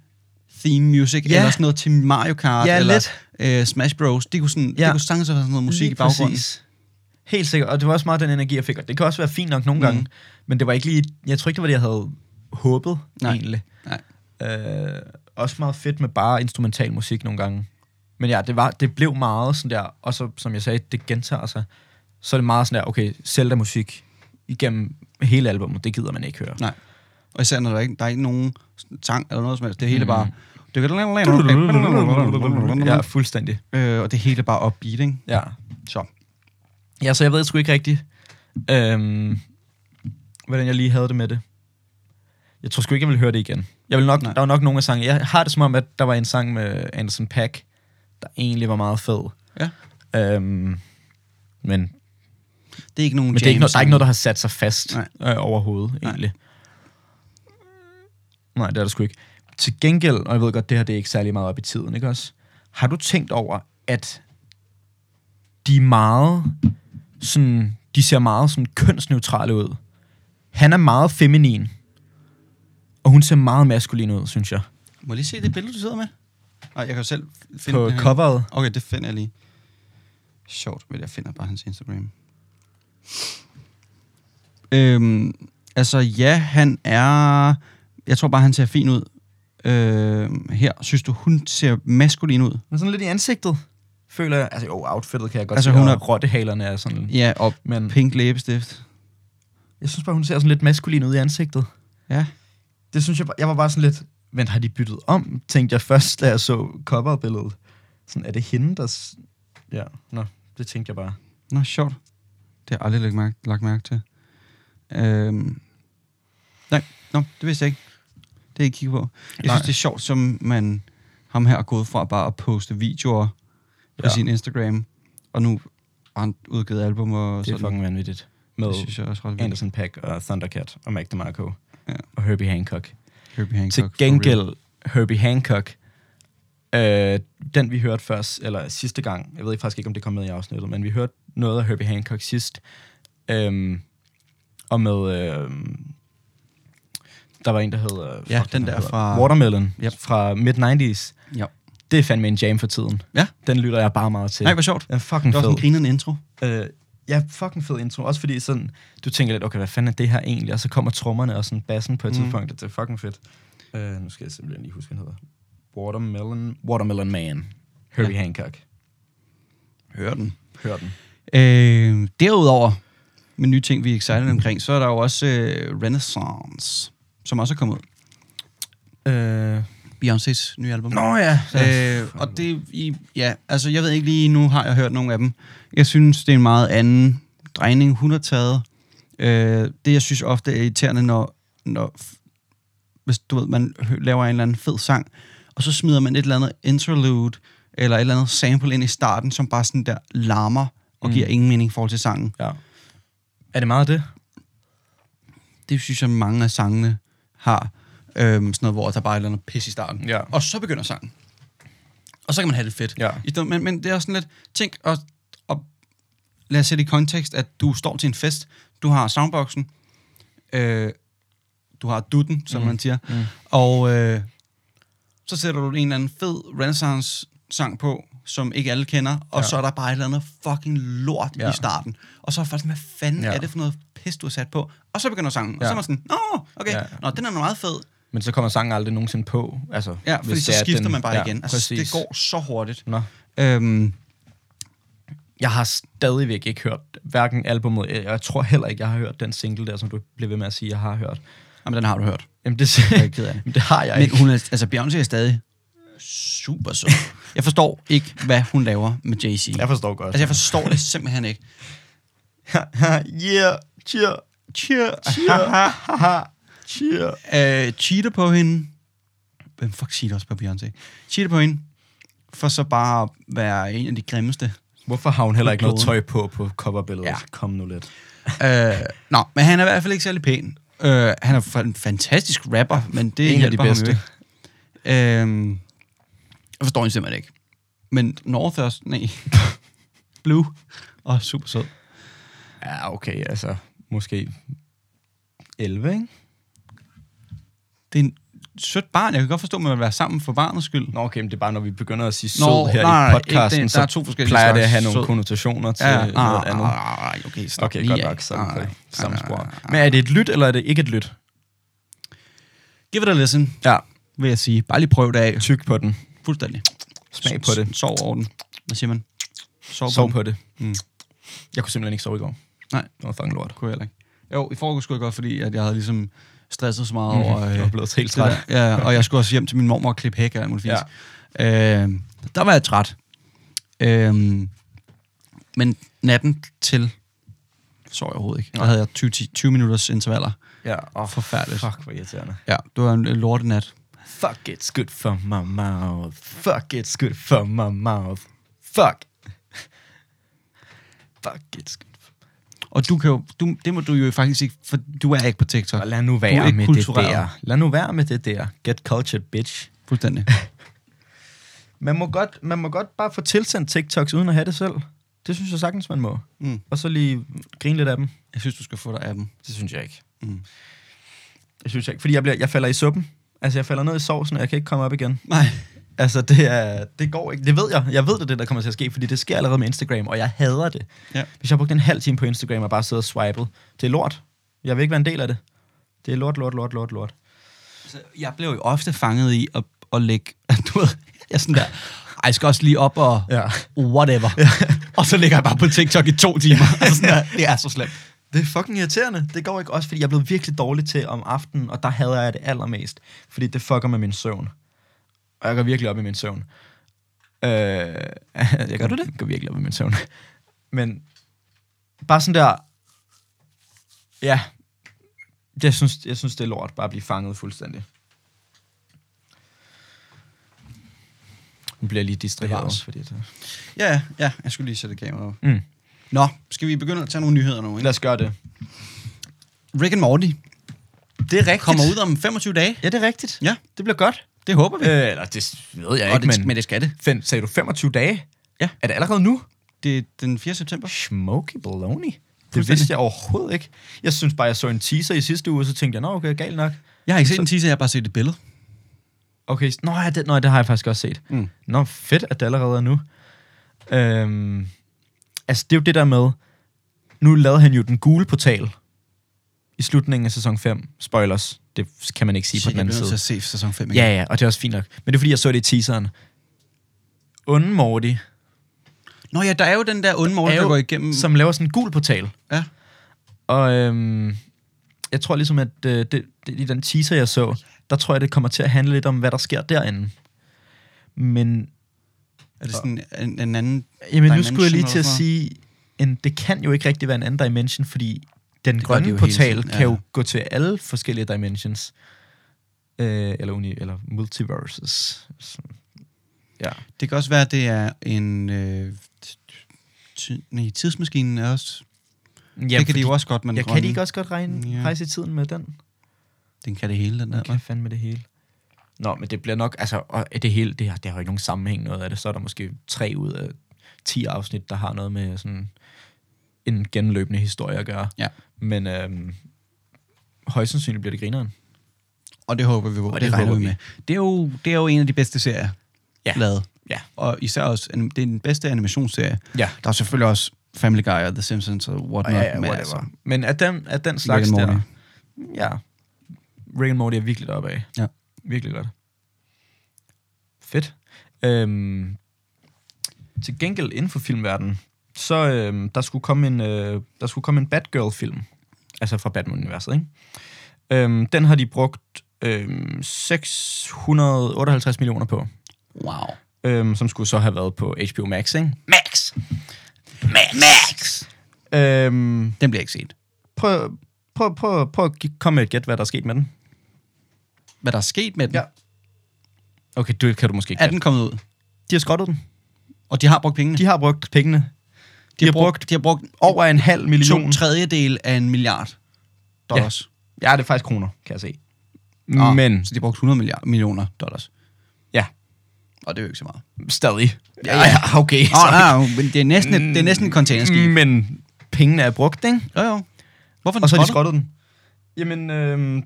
Speaker 2: theme music,
Speaker 1: Ja.
Speaker 2: ja. eller sådan noget til Mario Kart,
Speaker 1: Ja,
Speaker 2: eller
Speaker 1: lidt.
Speaker 2: øh, Smash Bros. Det kunne, sådan, ja.
Speaker 1: Ja.
Speaker 2: det kunne sagtens have været sådan noget musik
Speaker 1: Lige
Speaker 2: i baggrunden.
Speaker 1: præcis. Helt sikkert, og det var også meget den energi, jeg fik, og det kan også være fint nok nogle
Speaker 2: Mm.
Speaker 1: mm. gange, men det var ikke lige, jeg tror ikke, det var det, jeg havde håbet,
Speaker 2: Nej.
Speaker 1: Nej. egentlig.
Speaker 2: Nej.
Speaker 1: Øh, også meget fedt med bare instrumental musik nogle gange. Men ja, det, var, det blev meget sådan der, og så, som jeg sagde, det gentager sig, så er det meget sådan der, okay, Zelda-musik igennem hele albumet, det gider man ikke høre.
Speaker 2: Nej. Og især, når der, ikke, der er ikke nogen sang eller noget som helst. Det hele mm. bare...
Speaker 1: Ja, fuldstændig.
Speaker 2: Øh, og det hele bare upbeat, ikke?
Speaker 1: Ja,
Speaker 2: Så.
Speaker 1: ja så jeg ved sgu ikke rigtigt, øhm, hvordan jeg lige havde det med det. Jeg tror sgu ikke, jeg ville høre det igen. Jeg vil nok,
Speaker 2: Nej.
Speaker 1: der var nok nogle af sangene. Jeg har det som om, at der var en sang med Anderson Pack, der egentlig var meget fed.
Speaker 2: Ja.
Speaker 1: Øhm, men
Speaker 2: Det er ikke nogen
Speaker 1: Men det er ikke noget, der er ikke
Speaker 2: James-sang.
Speaker 1: noget, der har sat sig fast
Speaker 2: Nej.
Speaker 1: øh, overhovedet,
Speaker 2: Nej.
Speaker 1: egentlig. Nej, det er der sgu ikke. Til gengæld, og jeg ved godt, det her det er ikke særlig meget op i tiden, ikke også? Har du tænkt over, at de er meget sådan, de ser meget sådan kønsneutrale ud? Han er meget feminin, og hun ser meget maskulin ud, synes jeg.
Speaker 2: Må jeg lige se det billede, du sidder med? Nej, jeg kan jo selv finde
Speaker 1: På
Speaker 2: det her.
Speaker 1: coveret.
Speaker 2: Okay, det finder jeg lige. Sjovt, men jeg finder bare hans Instagram. Øhm, altså, ja, han er... Jeg tror bare, han ser fin ud. Øhm, her, synes du, hun ser maskulin ud?
Speaker 1: Men sådan lidt i ansigtet, føler jeg. Altså jo, outfittet kan jeg godt
Speaker 2: Altså,
Speaker 1: se,
Speaker 2: hun
Speaker 1: og
Speaker 2: er-
Speaker 1: rottehalerne er sådan.
Speaker 2: Ja, og
Speaker 1: Men
Speaker 2: Mm. pink læbestift.
Speaker 1: jeg synes bare, hun ser sådan lidt maskulin ud i ansigtet.
Speaker 2: Ja.
Speaker 1: det synes jeg, bare- jeg var bare sådan lidt, men har de byttet om, tænkte jeg først, da jeg så coverbilledet. Sådan, er det hende, der... s- Ja, nå, det tænkte jeg bare.
Speaker 2: Nå, sjovt. Det har jeg aldrig lagt mærke, lagt mærke til. Øhm, nej, nå, det vidste jeg ikke. Det har jeg ikke kigget på. Jeg nej.
Speaker 1: Nej.
Speaker 2: synes, det er sjovt, som man ham her er gået fra bare at poste videoer på ja.
Speaker 1: Ja.
Speaker 2: sin Instagram, og nu har han udgivet album og
Speaker 1: Det er
Speaker 2: sådan.
Speaker 1: fucking vanvittigt. Med
Speaker 2: det synes jeg er også ret vildt.
Speaker 1: Anderson Pack og Thundercat og Mac DeMarco
Speaker 2: Ja.
Speaker 1: ja. og Herbie Hancock.
Speaker 2: Herbie Hancock,
Speaker 1: Til
Speaker 2: for real.
Speaker 1: gengæld, Herbie Hancock, øh, den vi hørte først, eller sidste gang, jeg ved faktisk ikke, om det kom med i afsnittet, men vi hørte noget af Herbie Hancock sidst, øh, og med, øh, der var en, der hed... Øh, fuck,
Speaker 2: den
Speaker 1: han
Speaker 2: der
Speaker 1: hedder-
Speaker 2: fra-
Speaker 1: Watermelon,
Speaker 2: Yep.
Speaker 1: yep. fra mid-90s.
Speaker 2: Ja.
Speaker 1: Det er fandme en jam for tiden.
Speaker 2: Ja.
Speaker 1: Den lytter jeg bare meget til.
Speaker 2: Nej, hvor sjovt.
Speaker 1: den er
Speaker 2: Det
Speaker 1: fucking
Speaker 2: var også
Speaker 1: fed.
Speaker 2: en grinende intro.
Speaker 1: Øh, ja, fucking fed intro. Også fordi sådan, du tænker lidt, okay, hvad fanden er det her egentlig? Og så kommer trommerne og sådan bassen på et
Speaker 2: Mm.
Speaker 1: mm. tidspunkt, og det er fucking fedt. Øh, nu skal jeg simpelthen lige huske, hvad han hedder. Watermelon, Watermelon Man. Herbie ja. Hancock.
Speaker 2: Hør den.
Speaker 1: Hør den.
Speaker 2: Øh, derudover, med nye ting, vi er excited omkring, så er der jo også øh, Renaissance, som også er kommet ud.
Speaker 1: Øh,
Speaker 2: Beyoncé's nye album.
Speaker 1: Nå ja.
Speaker 2: Øh, og det, i, ja, altså jeg ved ikke lige, nu har jeg hørt nogle af dem. Jeg synes, det er en meget anden drejning, hun har taget. Øh, det, jeg synes ofte er irriterende, når, når f- hvis du ved, man hø- laver en eller anden fed sang, og så smider man et eller andet interlude, eller et eller andet sample ind i starten, som bare sådan der larmer, og mm.
Speaker 1: Mm.
Speaker 2: giver ingen mening i forhold til sangen.
Speaker 1: ja. Er det meget det?
Speaker 2: Det synes jeg, mange af sangene har. Øhm, sådan noget, hvor der bare er et eller andet pis i starten.
Speaker 1: Ja.
Speaker 2: Og så begynder sangen. Og så kan man have det fedt.
Speaker 1: Ja.
Speaker 2: I stedet, men, men det er også sådan lidt, tænk og, og lad os sætte i kontekst, at du står til en fest, du har soundboxen, øh, du har dutten, som mm. man siger, mm. og øh, så sætter du en eller anden fed renaissance-sang på, som ikke alle kender, og ja.
Speaker 1: Ja.
Speaker 2: så er der bare et eller andet fucking lort ja.
Speaker 1: Ja.
Speaker 2: i starten. Og så er folk sådan, hvad fanden ja.
Speaker 1: Ja.
Speaker 2: er det for noget pis, du har sat på? Og så begynder sangen, ja. og
Speaker 1: Ja.
Speaker 2: så er man sådan, nå, okay, ja.
Speaker 1: Ja.
Speaker 2: nå, den er nu meget fed.
Speaker 1: Men så kommer sangen aldrig nogensinde på. Altså,
Speaker 2: Ja,
Speaker 1: hvis
Speaker 2: fordi
Speaker 1: det
Speaker 2: så
Speaker 1: er, at
Speaker 2: skifter
Speaker 1: den-
Speaker 2: man bare
Speaker 1: ja,
Speaker 2: ja, igen. Altså, det
Speaker 1: præcis.
Speaker 2: går så hurtigt.
Speaker 1: Nå.
Speaker 2: Øhm,
Speaker 1: Jeg har stadigvæk ikke hørt hverken albumet, øh, og jeg tror heller ikke, jeg har hørt den single der, som du blev ved med at sige, jeg har hørt.
Speaker 2: jamen, den har du hørt.
Speaker 1: Jamen, det,
Speaker 2: Jeg er ked af det.
Speaker 1: Jamen, det har jeg
Speaker 2: Men
Speaker 1: ikke.
Speaker 2: hun er, altså Beyoncé er stadig super sød. Jeg forstår ikke, hvad hun laver med Jay-Z.
Speaker 1: Jeg forstår godt.
Speaker 2: Altså, jeg forstår det simpelthen ikke.
Speaker 1: yeah, cheer, cheer, cheer, cheer.
Speaker 2: Øh, cheater på hende. Hvem fuck cheater også på Beyoncé? Cheater på hende, for så bare at være en af de grimmeste.
Speaker 1: Hvorfor har hun heller ikke noget
Speaker 2: Kloden.
Speaker 1: tøj på på coverbilledet?
Speaker 2: Ja.
Speaker 1: Kom nu lidt.
Speaker 2: øh, nå, men han er i hvert fald ikke særlig pæn. Øh, han er fa- en fantastisk rapper, men det
Speaker 1: en af de
Speaker 2: hjælper ham jo Øhm,
Speaker 1: bedste.
Speaker 2: ikke. Øh, jeg forstår hende simpelthen ikke. Men Northers, nej. Blue. Og super sød.
Speaker 3: Ja, okay, altså måske 11, ikke?
Speaker 2: Det er en sødt barn. Jeg kan godt forstå, at man vil være sammen for barnets skyld.
Speaker 3: Nå, okay, men det er bare, når vi begynder at sige
Speaker 2: Nå,
Speaker 3: sød Nå, her
Speaker 2: nej,
Speaker 3: nej,
Speaker 2: ikke
Speaker 3: i podcasten,
Speaker 2: det.
Speaker 3: det,
Speaker 2: Der er to forskellige
Speaker 3: plejer det
Speaker 2: slags
Speaker 3: at have nogle
Speaker 2: sød.
Speaker 3: konnotationer til
Speaker 2: Ja, ah,
Speaker 3: ja, ah, noget
Speaker 2: nej,
Speaker 3: andet.
Speaker 2: nej, okay, stop
Speaker 3: Okay,
Speaker 2: lige
Speaker 3: godt
Speaker 2: af. Ah,
Speaker 3: nok, så er vi
Speaker 2: Nej,
Speaker 3: på
Speaker 2: nej,
Speaker 3: samme
Speaker 2: nej,
Speaker 3: spor.
Speaker 2: nej, nej.
Speaker 1: Men er det et lyt, eller er det ikke et lyt?
Speaker 2: Give it a listen,
Speaker 3: Ja,
Speaker 2: vil jeg sige. Bare lige prøv det af.
Speaker 3: tyk på den.
Speaker 2: Fuldstændig.
Speaker 3: Smag på det.
Speaker 2: Sov over den. Hvad siger man? Sov,
Speaker 3: Sov
Speaker 2: den.
Speaker 3: på det.
Speaker 2: Mm.
Speaker 3: Jeg kunne simpelthen ikke sove i går.
Speaker 2: Nej.
Speaker 3: Det var fucking lort.
Speaker 2: Kunne jeg heller ikke. Jo, i forgårs skulle jeg godt, fordi at jeg havde ligesom stresset så meget
Speaker 3: Mhm.
Speaker 2: over... øh,
Speaker 3: Jeg var blevet helt
Speaker 2: det
Speaker 3: træt.
Speaker 2: der. Ja, og jeg skulle også hjem til min mormor og klippe hæk og alt muligt ja. øh, Der var jeg træt. Øh, men natten til sov jeg overhovedet ikke. Der havde jeg 20, 20 minutters intervaller.
Speaker 3: Ja,
Speaker 2: Oh, Forfærdeligt.
Speaker 3: fuck, hvor irriterende.
Speaker 2: Ja, det var en øh, lortenat.
Speaker 3: Fuck, it's good for my mouth. Fuck, it's good for my mouth. Fuck. Fuck, it's good.
Speaker 2: Og du kan jo, du, det må du jo faktisk ikke, for du er ikke på
Speaker 3: Og
Speaker 2: TikTok.
Speaker 3: lad nu
Speaker 2: Du er
Speaker 3: være
Speaker 2: ikke
Speaker 3: med
Speaker 2: kulturel.
Speaker 3: det der. Lad nu være med det der. Get cultured, bitch.
Speaker 2: Fuldstændig.
Speaker 1: Man må, godt, man må godt bare få tilsendt TikToks, uden at have det selv. Det synes jeg sagtens, man må.
Speaker 2: Mm.
Speaker 1: Og så lige grine lidt af dem.
Speaker 2: Jeg synes, du skal få dig af dem.
Speaker 3: Det synes jeg ikke.
Speaker 2: Mm.
Speaker 1: Det synes jeg ikke, fordi jeg, bliver, jeg falder i suppen. Altså, jeg falder ned i sovsen, og jeg kan ikke komme op igen.
Speaker 2: Nej.
Speaker 1: Altså, det, er, det går ikke. Det ved jeg. Jeg ved det, er det, der kommer til at ske, fordi det sker allerede med Instagram, og jeg hader det.
Speaker 2: Ja.
Speaker 1: Hvis jeg brugte en halv time på Instagram og bare sidder og swipede, det er lort. Jeg vil ikke være en del af det. Det er lort, lort, lort, lort, lort.
Speaker 2: Så Altså, jeg blev jo ofte fanget i at, at lægge, du ved, jeg er sådan der, "Ej, jeg skal også lige op og
Speaker 1: Ja.
Speaker 2: whatever. og så ligger jeg bare på TikTok i to timer. altså sådan der, det er så slemt.
Speaker 1: Det er fucking irriterende. Det går ikke også, fordi jeg er blevet virkelig dårlig til om aftenen, og der hader jeg det allermest. Fordi det fucker med min søvn. Og jeg går virkelig op i min søvn. Øh, jeg
Speaker 2: Gør du
Speaker 1: det? går virkelig op i min søvn. Men bare sådan der... Ja. Jeg synes, jeg synes det er lort bare at blive fanget fuldstændig.
Speaker 3: Nu bliver jeg lige distraheret.
Speaker 1: Bevares, fordi det...
Speaker 2: Ja, ja, jeg skulle lige sætte kameraet op.
Speaker 1: Mm.
Speaker 2: Nå, skal vi begynde at tage nogle nyheder nu?
Speaker 1: Lad
Speaker 2: Ikke?
Speaker 1: os gøre det.
Speaker 2: Rick and Morty
Speaker 1: Det er rigtigt.
Speaker 2: kommer ud om 25 dage.
Speaker 1: Ja, det er rigtigt.
Speaker 2: Ja.
Speaker 1: Det bliver godt.
Speaker 2: Det håber vi.
Speaker 3: Øh, eller det ved jeg
Speaker 2: og
Speaker 3: ikke,
Speaker 2: det,
Speaker 3: men...
Speaker 2: men det skal det.
Speaker 1: Fem, sagde du 25 dage?
Speaker 2: Ja.
Speaker 1: Er det allerede nu?
Speaker 2: Det er den 4. september.
Speaker 1: Smoky baloney. Det
Speaker 2: Fuldstændig.
Speaker 1: vidste jeg overhovedet ikke. Jeg synes bare, jeg så en teaser i sidste uge, og så tænkte jeg, nå okay, galt nok.
Speaker 2: Jeg har ikke set en teaser, jeg har bare set et billede.
Speaker 1: Okay, s- nå ja, det, nå, ja, det har jeg faktisk også set.
Speaker 2: Mm.
Speaker 1: Nå, fedt, at det allerede er nu. Øhm, altså, det er jo det der med, nu lavede han jo den gule portal i slutningen af sæson 5. Spoilers, det kan man ikke sige
Speaker 2: Shit,
Speaker 1: på den
Speaker 2: jeg
Speaker 1: anden
Speaker 2: bliver nødt til
Speaker 1: side.
Speaker 2: at se sæson 5
Speaker 1: Ja, ja, og det er også fint nok. Men det er fordi, jeg så det i teaseren. Onde Morty,
Speaker 2: Nå ja, der er jo den der onde morgen,
Speaker 1: er
Speaker 2: der
Speaker 1: jo
Speaker 2: går igennem.
Speaker 1: som laver sådan en gul portal.
Speaker 2: Ja.
Speaker 1: Og øhm, jeg tror ligesom, at øh, det, det, i den teaser, jeg så, der tror jeg, det kommer til at handle lidt om, hvad der sker derinde. Men
Speaker 2: Er det sådan en, en anden...
Speaker 1: jamen, nu
Speaker 2: Dimension,
Speaker 1: skulle jeg lige til at
Speaker 2: eller hvad?
Speaker 1: sige, en, det kan jo ikke rigtig være en anden dimension, fordi den
Speaker 2: gør det
Speaker 1: grønne
Speaker 2: jo hele
Speaker 1: portal
Speaker 2: tiden, ja.
Speaker 1: kan jo gå til alle forskellige dimensions. Øh, eller, uni, eller multiverses. Så- Ja.
Speaker 2: Det kan også være, at det er en... Øh, t- t- nej, tidsmaskinen er også... Ja, det kan de jo også godt, men
Speaker 1: ja, kan de ikke også godt regne,
Speaker 2: Ja.
Speaker 1: ja. rejse i tiden med den?
Speaker 2: Den kan det hele, den der.
Speaker 1: Den
Speaker 2: Okay.
Speaker 1: kan fandme det hele. Nå, men det bliver nok, altså, og er det hele, det, har, det har jo ikke nogen sammenhæng noget af det, så er der måske tre ud af ti afsnit, der har noget med sådan en genløbende historie at gøre.
Speaker 2: Ja.
Speaker 1: Men øhm, højst sandsynligt bliver det grineren.
Speaker 2: Og det håber vi på.
Speaker 1: Og
Speaker 2: Det,
Speaker 1: det
Speaker 2: det regner
Speaker 1: håber
Speaker 2: vi
Speaker 1: vi.
Speaker 2: med. Det er, jo, det er jo en af de bedste serier,
Speaker 1: Ja.
Speaker 2: lavet.
Speaker 1: Ja.
Speaker 2: Og især også, anim- det er den bedste animationsserie.
Speaker 1: Ja.
Speaker 2: Der er selvfølgelig også Family Guy og The Simpsons og whatnot.
Speaker 1: ja, ja,
Speaker 2: men
Speaker 1: whatever.
Speaker 2: altså,
Speaker 1: Men af den, af den slags
Speaker 2: and
Speaker 1: der,
Speaker 2: Morty.
Speaker 1: ja, Rick and Morty er virkelig deroppe af.
Speaker 2: Ja.
Speaker 1: Virkelig godt. Fedt. Øhm, til gengæld inden for filmverdenen, så øhm, der skulle komme en øh, der skulle komme en Batgirl-film, altså fra Batman-universet, ikke? Øhm, den har de brugt øhm, 658 millioner på,
Speaker 2: wow.
Speaker 1: øhm, som skulle så have været på HBO Max, ikke? Max! Max! Max! Øhm,
Speaker 2: Den bliver ikke set.
Speaker 1: prøv, prøv, prøv, prøv at gi- komme med et gæt, hvad der er sket med den.
Speaker 2: Hvad der er sket med den?
Speaker 1: Ja. Okay, det kan du måske ikke
Speaker 2: Er den kommet ud?
Speaker 1: De har skrottet den.
Speaker 2: Og de har brugt pengene?
Speaker 1: De har brugt pengene. De, de har brugt
Speaker 2: de har brugt
Speaker 1: over en halv million.
Speaker 2: to tredjedel af en milliard dollars. Ah,
Speaker 1: Ja, det er faktisk kroner, kan jeg se.
Speaker 2: Nå,
Speaker 1: Men,
Speaker 2: Så de har brugt 100 milliard, millioner dollars.
Speaker 1: ja.
Speaker 2: Og det er jo ikke så meget.
Speaker 1: Stadig.
Speaker 2: Ja, ja.
Speaker 1: okay.
Speaker 2: Åh, oh, nej, men det er næsten et, det er næsten et containerskib.
Speaker 1: Mm, Men pengene er brugt, ikke?
Speaker 2: Jo, jo. Hvorfor
Speaker 1: Og så har de
Speaker 2: skrotter?
Speaker 1: skrottet den. Jamen, øh,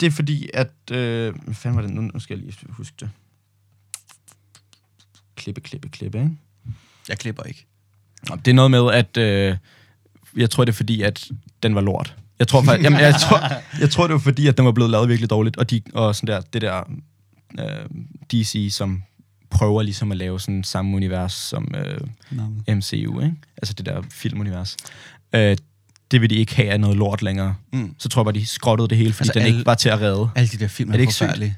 Speaker 1: det er fordi, at... Øh, hvad fanden var det nu? Nu skal jeg lige huske det. Klippe, klippe, klippe, ikke?
Speaker 2: Jeg klipper ikke.
Speaker 1: Nå, Det er noget med, at øh, jeg tror, det er fordi, at den var lort. Jeg tror, faktisk, jamen, jeg, tror, jeg tror, det var fordi, at den var blevet lavet virkelig dårligt, og, de, og sådan der, det der øh, DC, som prøver ligesom at lave sådan samme univers som øh, MCU, ikke? altså det der filmunivers. Øh, det vil de ikke have af noget lort længere.
Speaker 2: Mm.
Speaker 1: Mm. Så tror jeg bare, de skrottede det hele, fordi
Speaker 2: Altså,
Speaker 1: altså, den
Speaker 2: alle-
Speaker 1: ikke var til at redde.
Speaker 2: Alle de der film er,
Speaker 1: Er det
Speaker 2: er
Speaker 1: ikke
Speaker 2: forfærdelige.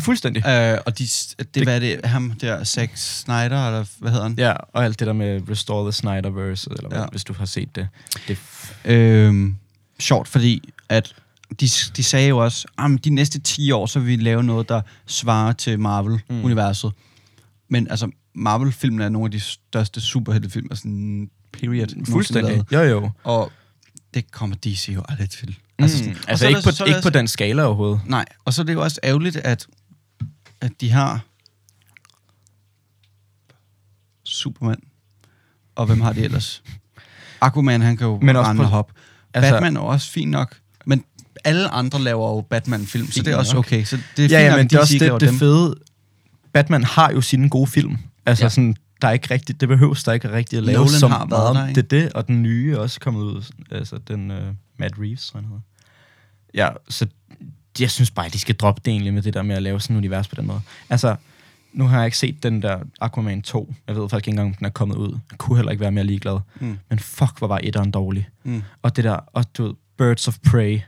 Speaker 1: Fuldstændig.
Speaker 2: Øh, og de, det, det, hvad er det, ham der, Zack Snyder, eller hvad hedder han?
Speaker 1: Ja, og alt det der med Restore the Snyderverse, eller hvad,
Speaker 2: Ja.
Speaker 1: ja. hvis du har set det. det
Speaker 2: Øh, sjovt, fordi at de, de sagde jo også, at de næste 10 år, så vil vi lave noget, der svarer til Marvel-universet. Mm. Men altså, Marvel-filmene er nogle af de største superheltefilm, sådan period. nogensinde
Speaker 1: fuldstændig.
Speaker 2: lavet.
Speaker 1: Jo, jo.
Speaker 2: Og det kommer DC jo aldrig til.
Speaker 1: Altså,
Speaker 2: sådan-
Speaker 1: mm,
Speaker 2: og
Speaker 1: altså
Speaker 2: så er
Speaker 1: ikke,
Speaker 2: der-
Speaker 1: på,
Speaker 2: så er
Speaker 1: ikke på
Speaker 2: der-
Speaker 1: den skala overhovedet.
Speaker 2: Nej, og så er det jo også ærgerligt, at, at de har Superman. Og hvem har de ellers? Aquaman, han kan jo
Speaker 1: Men også
Speaker 2: rende
Speaker 1: på-
Speaker 2: og hoppe. Altså,
Speaker 1: altså-
Speaker 2: Batman er også fint nok. Men alle andre laver jo Batman-film, så
Speaker 1: Fint
Speaker 2: det er også
Speaker 1: nok.
Speaker 2: okay. Så det er fint
Speaker 1: Ja, ja,
Speaker 2: nok,
Speaker 1: men det er også
Speaker 2: ikke laver
Speaker 1: det, det
Speaker 2: dem.
Speaker 1: fede. Batman har jo sine gode film. Altså
Speaker 2: Ja.
Speaker 1: ja. sådan, der er ikke rigtigt, det behøves der ikke rigtigt at lave
Speaker 2: Nolan
Speaker 1: som
Speaker 2: har været der, ikke?
Speaker 1: Det er det, og den nye er også kommet ud. Altså den uh, Matt Reeves, tror jeg, han hedder. Ja, så jeg synes bare, at de skal droppe det egentlig med det der med at lave sådan et univers på den måde. Altså, nu har jeg ikke set den der Aquaman 2. Jeg ved faktisk ikke engang, om den er kommet ud. Jeg kunne heller ikke være mere ligeglad.
Speaker 2: Mm.
Speaker 1: Mm. Men fuck, hvor var etteren dårlig.
Speaker 2: Mm.
Speaker 1: Og det der, og du ved, Birds of Prey.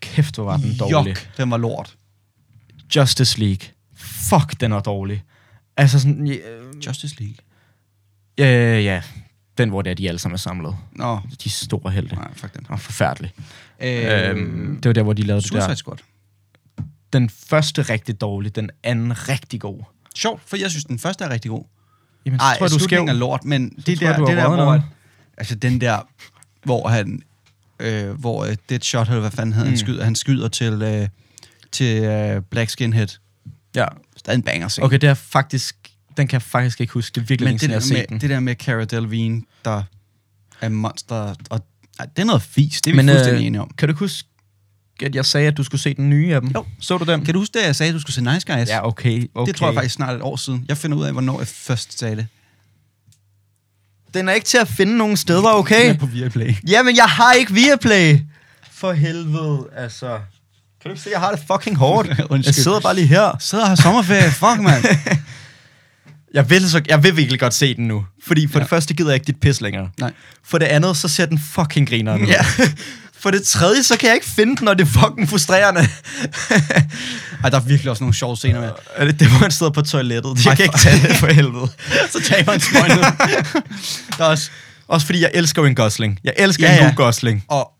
Speaker 1: Kæft, hvor var den dårlig.
Speaker 2: Jok, den var lort.
Speaker 1: Justice League. Fuck, den er dårlig. Altså sådan... Øh,
Speaker 2: Justice League.
Speaker 1: øh, ja, den hvor det er, de alle sammen er samlet.
Speaker 2: Nå,
Speaker 1: De store helte.
Speaker 2: nej, fuck den.
Speaker 1: Og forfærdeligt.
Speaker 2: Øh,
Speaker 1: Øhm, det var der, hvor de lavede det
Speaker 2: Suicide
Speaker 1: der.
Speaker 2: Squad.
Speaker 1: Den første rigtig dårlig, den anden rigtig god.
Speaker 2: Sjovt, for jeg synes, den første er rigtig god.
Speaker 1: Jamen, så
Speaker 2: Ej,
Speaker 1: tror jeg, du er skæv.
Speaker 2: slutningen er lort, men det
Speaker 1: tror
Speaker 2: der,
Speaker 1: jeg, du har
Speaker 2: det der
Speaker 1: røget
Speaker 2: hvor,
Speaker 1: noget.
Speaker 2: at, altså den der, hvor han, øh, hvor øh, det shot, eller hvad fanden hed, mm. han skyder, han skyder til, øh, til øh, Black Skinhead.
Speaker 1: Ja.
Speaker 2: Stadig en banger scene.
Speaker 1: Okay, det er faktisk... Den kan jeg faktisk ikke huske. Det er virkelig
Speaker 2: men
Speaker 1: længe
Speaker 2: det
Speaker 1: siden, jeg
Speaker 2: der,
Speaker 1: har set
Speaker 2: med,
Speaker 1: den.
Speaker 2: det der med Cara Delevingne, der er monster, og nej, det er noget fis, det er vi men,
Speaker 1: Men
Speaker 2: fuldstændig øh, enige om.
Speaker 1: kan du ikke huske, at jeg sagde, at du skulle se den nye af dem?
Speaker 2: Jo.
Speaker 1: Så du den?
Speaker 2: Kan du huske det, jeg sagde, at du skulle se Nice Guys?
Speaker 1: Ja, okay, okay.
Speaker 2: Det tror jeg faktisk snart et år siden. Jeg finder ud af, hvornår jeg først sagde det.
Speaker 1: Den er ikke til at finde nogen steder, okay?
Speaker 2: på Viaplay.
Speaker 1: Jamen, jeg har ikke Viaplay. For helvede, altså. Kan du ikke se, jeg har det fucking hårdt?
Speaker 2: Undskyld.
Speaker 1: jeg sidder bare lige her.
Speaker 2: Sidder og har sommerferie, fuck mand.
Speaker 1: Jeg vil, så, jeg vil virkelig godt se den nu. Fordi for ja. det første gider jeg ikke dit pis længere.
Speaker 2: Nej.
Speaker 1: For det andet, så ser den fucking griner nu.
Speaker 2: Ja.
Speaker 1: For det tredje, så kan jeg ikke finde den, og det er fucking frustrerende.
Speaker 2: Ej, der er virkelig også nogle sjove scener med.
Speaker 1: Er det, det hvor han sidder på toilettet. Jeg
Speaker 2: Ej,
Speaker 1: kan
Speaker 2: for-
Speaker 1: ikke tage det for helvede.
Speaker 2: så taber han smøgnet. der er også...
Speaker 1: Også fordi jeg elsker Ryan Gosling. Jeg elsker
Speaker 2: Ja,
Speaker 1: ja,
Speaker 2: ja.
Speaker 1: ja. Gosling.
Speaker 2: Og,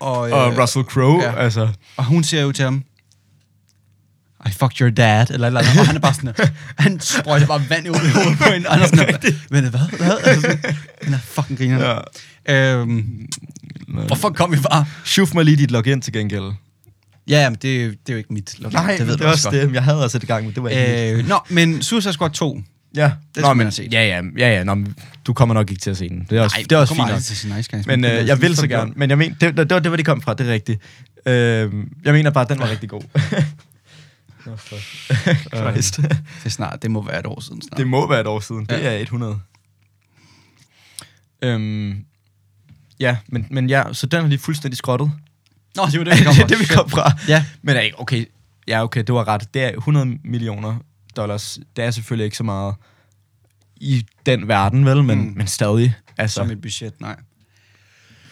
Speaker 2: og,
Speaker 1: Og Russell Crowe,
Speaker 2: ja.
Speaker 1: ja. altså.
Speaker 2: og hun siger jo til ham, I fucked your dad, eller et eller andet. Og han er bare sådan, han sprøjter bare vand ud i hovedet på hende. Og han er sådan, men hvad? hvad? Altså, sådan, han er fucking griner. Ja. Øhm, hvorfor kom vi bare?
Speaker 1: Sjuf mig lige dit login til gengæld.
Speaker 2: Ja, men det, er jo- det er jo ikke mit. Logan.
Speaker 1: Nej, det, ved det
Speaker 2: du
Speaker 1: er også det. Jeg havde også et gang, men det var ikke mit.
Speaker 2: godt. Øh, nå, men Suicide Squad 2.
Speaker 1: Ja,
Speaker 2: skulle man have set.
Speaker 1: Ja, ja, ja, ja nå, men du kommer nok ikke til at se den. Det er også,
Speaker 2: Ej,
Speaker 1: Altså, det er også
Speaker 2: du kommer
Speaker 1: fint nok.
Speaker 2: aldrig til at se Nice Guys, men
Speaker 1: men
Speaker 2: det er
Speaker 1: øh,
Speaker 2: sådan
Speaker 1: jeg vil så
Speaker 2: fucking
Speaker 1: gerne. Men jeg mener, det, det, det, var det, hvor de kom fra, det er rigtigt. Øh, jeg mener bare, at den var rigtig god. Nå, for- Christ.
Speaker 2: Det, er snart, det må være et år siden snart.
Speaker 1: det må være et år siden. Det
Speaker 2: Øh, Ja.
Speaker 1: er 100. Øhm, ja, men, men ja, så den har de fuldstændig skrottet.
Speaker 2: nå, det var
Speaker 1: Det er det, vi kom fra.
Speaker 2: Ja,
Speaker 1: Men er ikke, okay, ja, okay, det var ret. Det er 100 millioner dollars. Det er selvfølgelig ikke så meget i den verden, vel, men,
Speaker 2: Mm.
Speaker 1: mm. men stadig. Altså,
Speaker 2: som et budget, nej.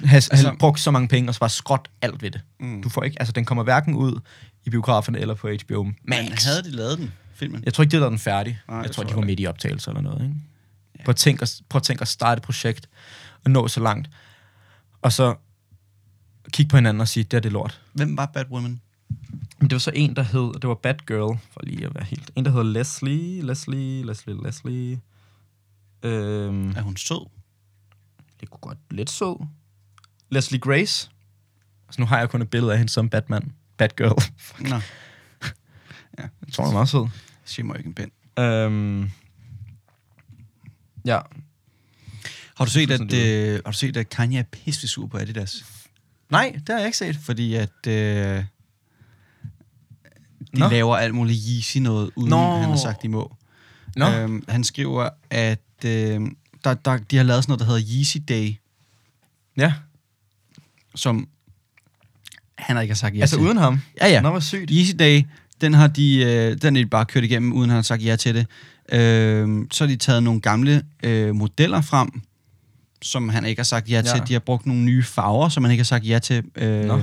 Speaker 1: have, altså,
Speaker 2: altså-
Speaker 1: have brugt så mange penge, og så bare skråt alt ved det.
Speaker 2: Mm.
Speaker 1: Mm. Du får ikke, altså, den kommer hverken ud i biograferne eller på HBO Max.
Speaker 2: Men havde de lavet den, filmen?
Speaker 1: Jeg tror ikke, det var den færdig.
Speaker 2: Nej,
Speaker 1: Nej, jeg,
Speaker 2: det
Speaker 1: jeg tror,
Speaker 2: tror
Speaker 1: de
Speaker 2: jeg
Speaker 1: var midt i optagelser eller noget. Ikke? Yeah. Prøv, at tænke, at- prøv at tænke at starte et projekt og nå så langt. Og så kigge på hinanden og sige, det er det lort.
Speaker 2: Hvem var Batwoman?
Speaker 1: Men det var så en, der hed, og det var Batgirl, for lige at være helt. En, der hed Leslie, Leslie, Leslie, Leslie. Øhm,
Speaker 2: Er hun sød?
Speaker 1: det kunne godt lidt sød. Leslie Grace. Altså, nu har jeg kun et billede af hende som Batman. Batgirl.
Speaker 2: Nå,
Speaker 1: Jeg tror, hun er meget sød.
Speaker 2: siger mig ikke en pind.
Speaker 3: Øhm, ja.
Speaker 2: Har du set,
Speaker 3: Sådan
Speaker 2: at,
Speaker 3: det
Speaker 2: øh, har du set, at Kanye er pisse sur på Adidas?
Speaker 1: Nej, det har jeg ikke set.
Speaker 2: Fordi at... Øh, de
Speaker 1: Nå.
Speaker 2: Nå. laver alt muligt Yeezy noget, uden
Speaker 1: Nå.
Speaker 2: Nå. han har sagt, de må.
Speaker 1: Nå.
Speaker 2: Øhm, han skriver, at øh, der, der, de har lavet sådan noget, der hedder Yeezy Day,
Speaker 3: Ja.
Speaker 2: som han har ikke har sagt ja
Speaker 3: Altså
Speaker 2: til.
Speaker 3: uden ham.
Speaker 2: Ja, ja.
Speaker 3: Nå, hvor sygt.
Speaker 2: Yeezy Day, den har de, øh, den er de bare kørt igennem, uden han har sagt ja til det. Øh, så har de taget nogle gamle øh, modeller frem, som han ikke har sagt ja, ja til.
Speaker 3: Ja.
Speaker 2: De har brugt nogle nye farver, som han ikke har sagt ja til. Øh,
Speaker 3: Nå.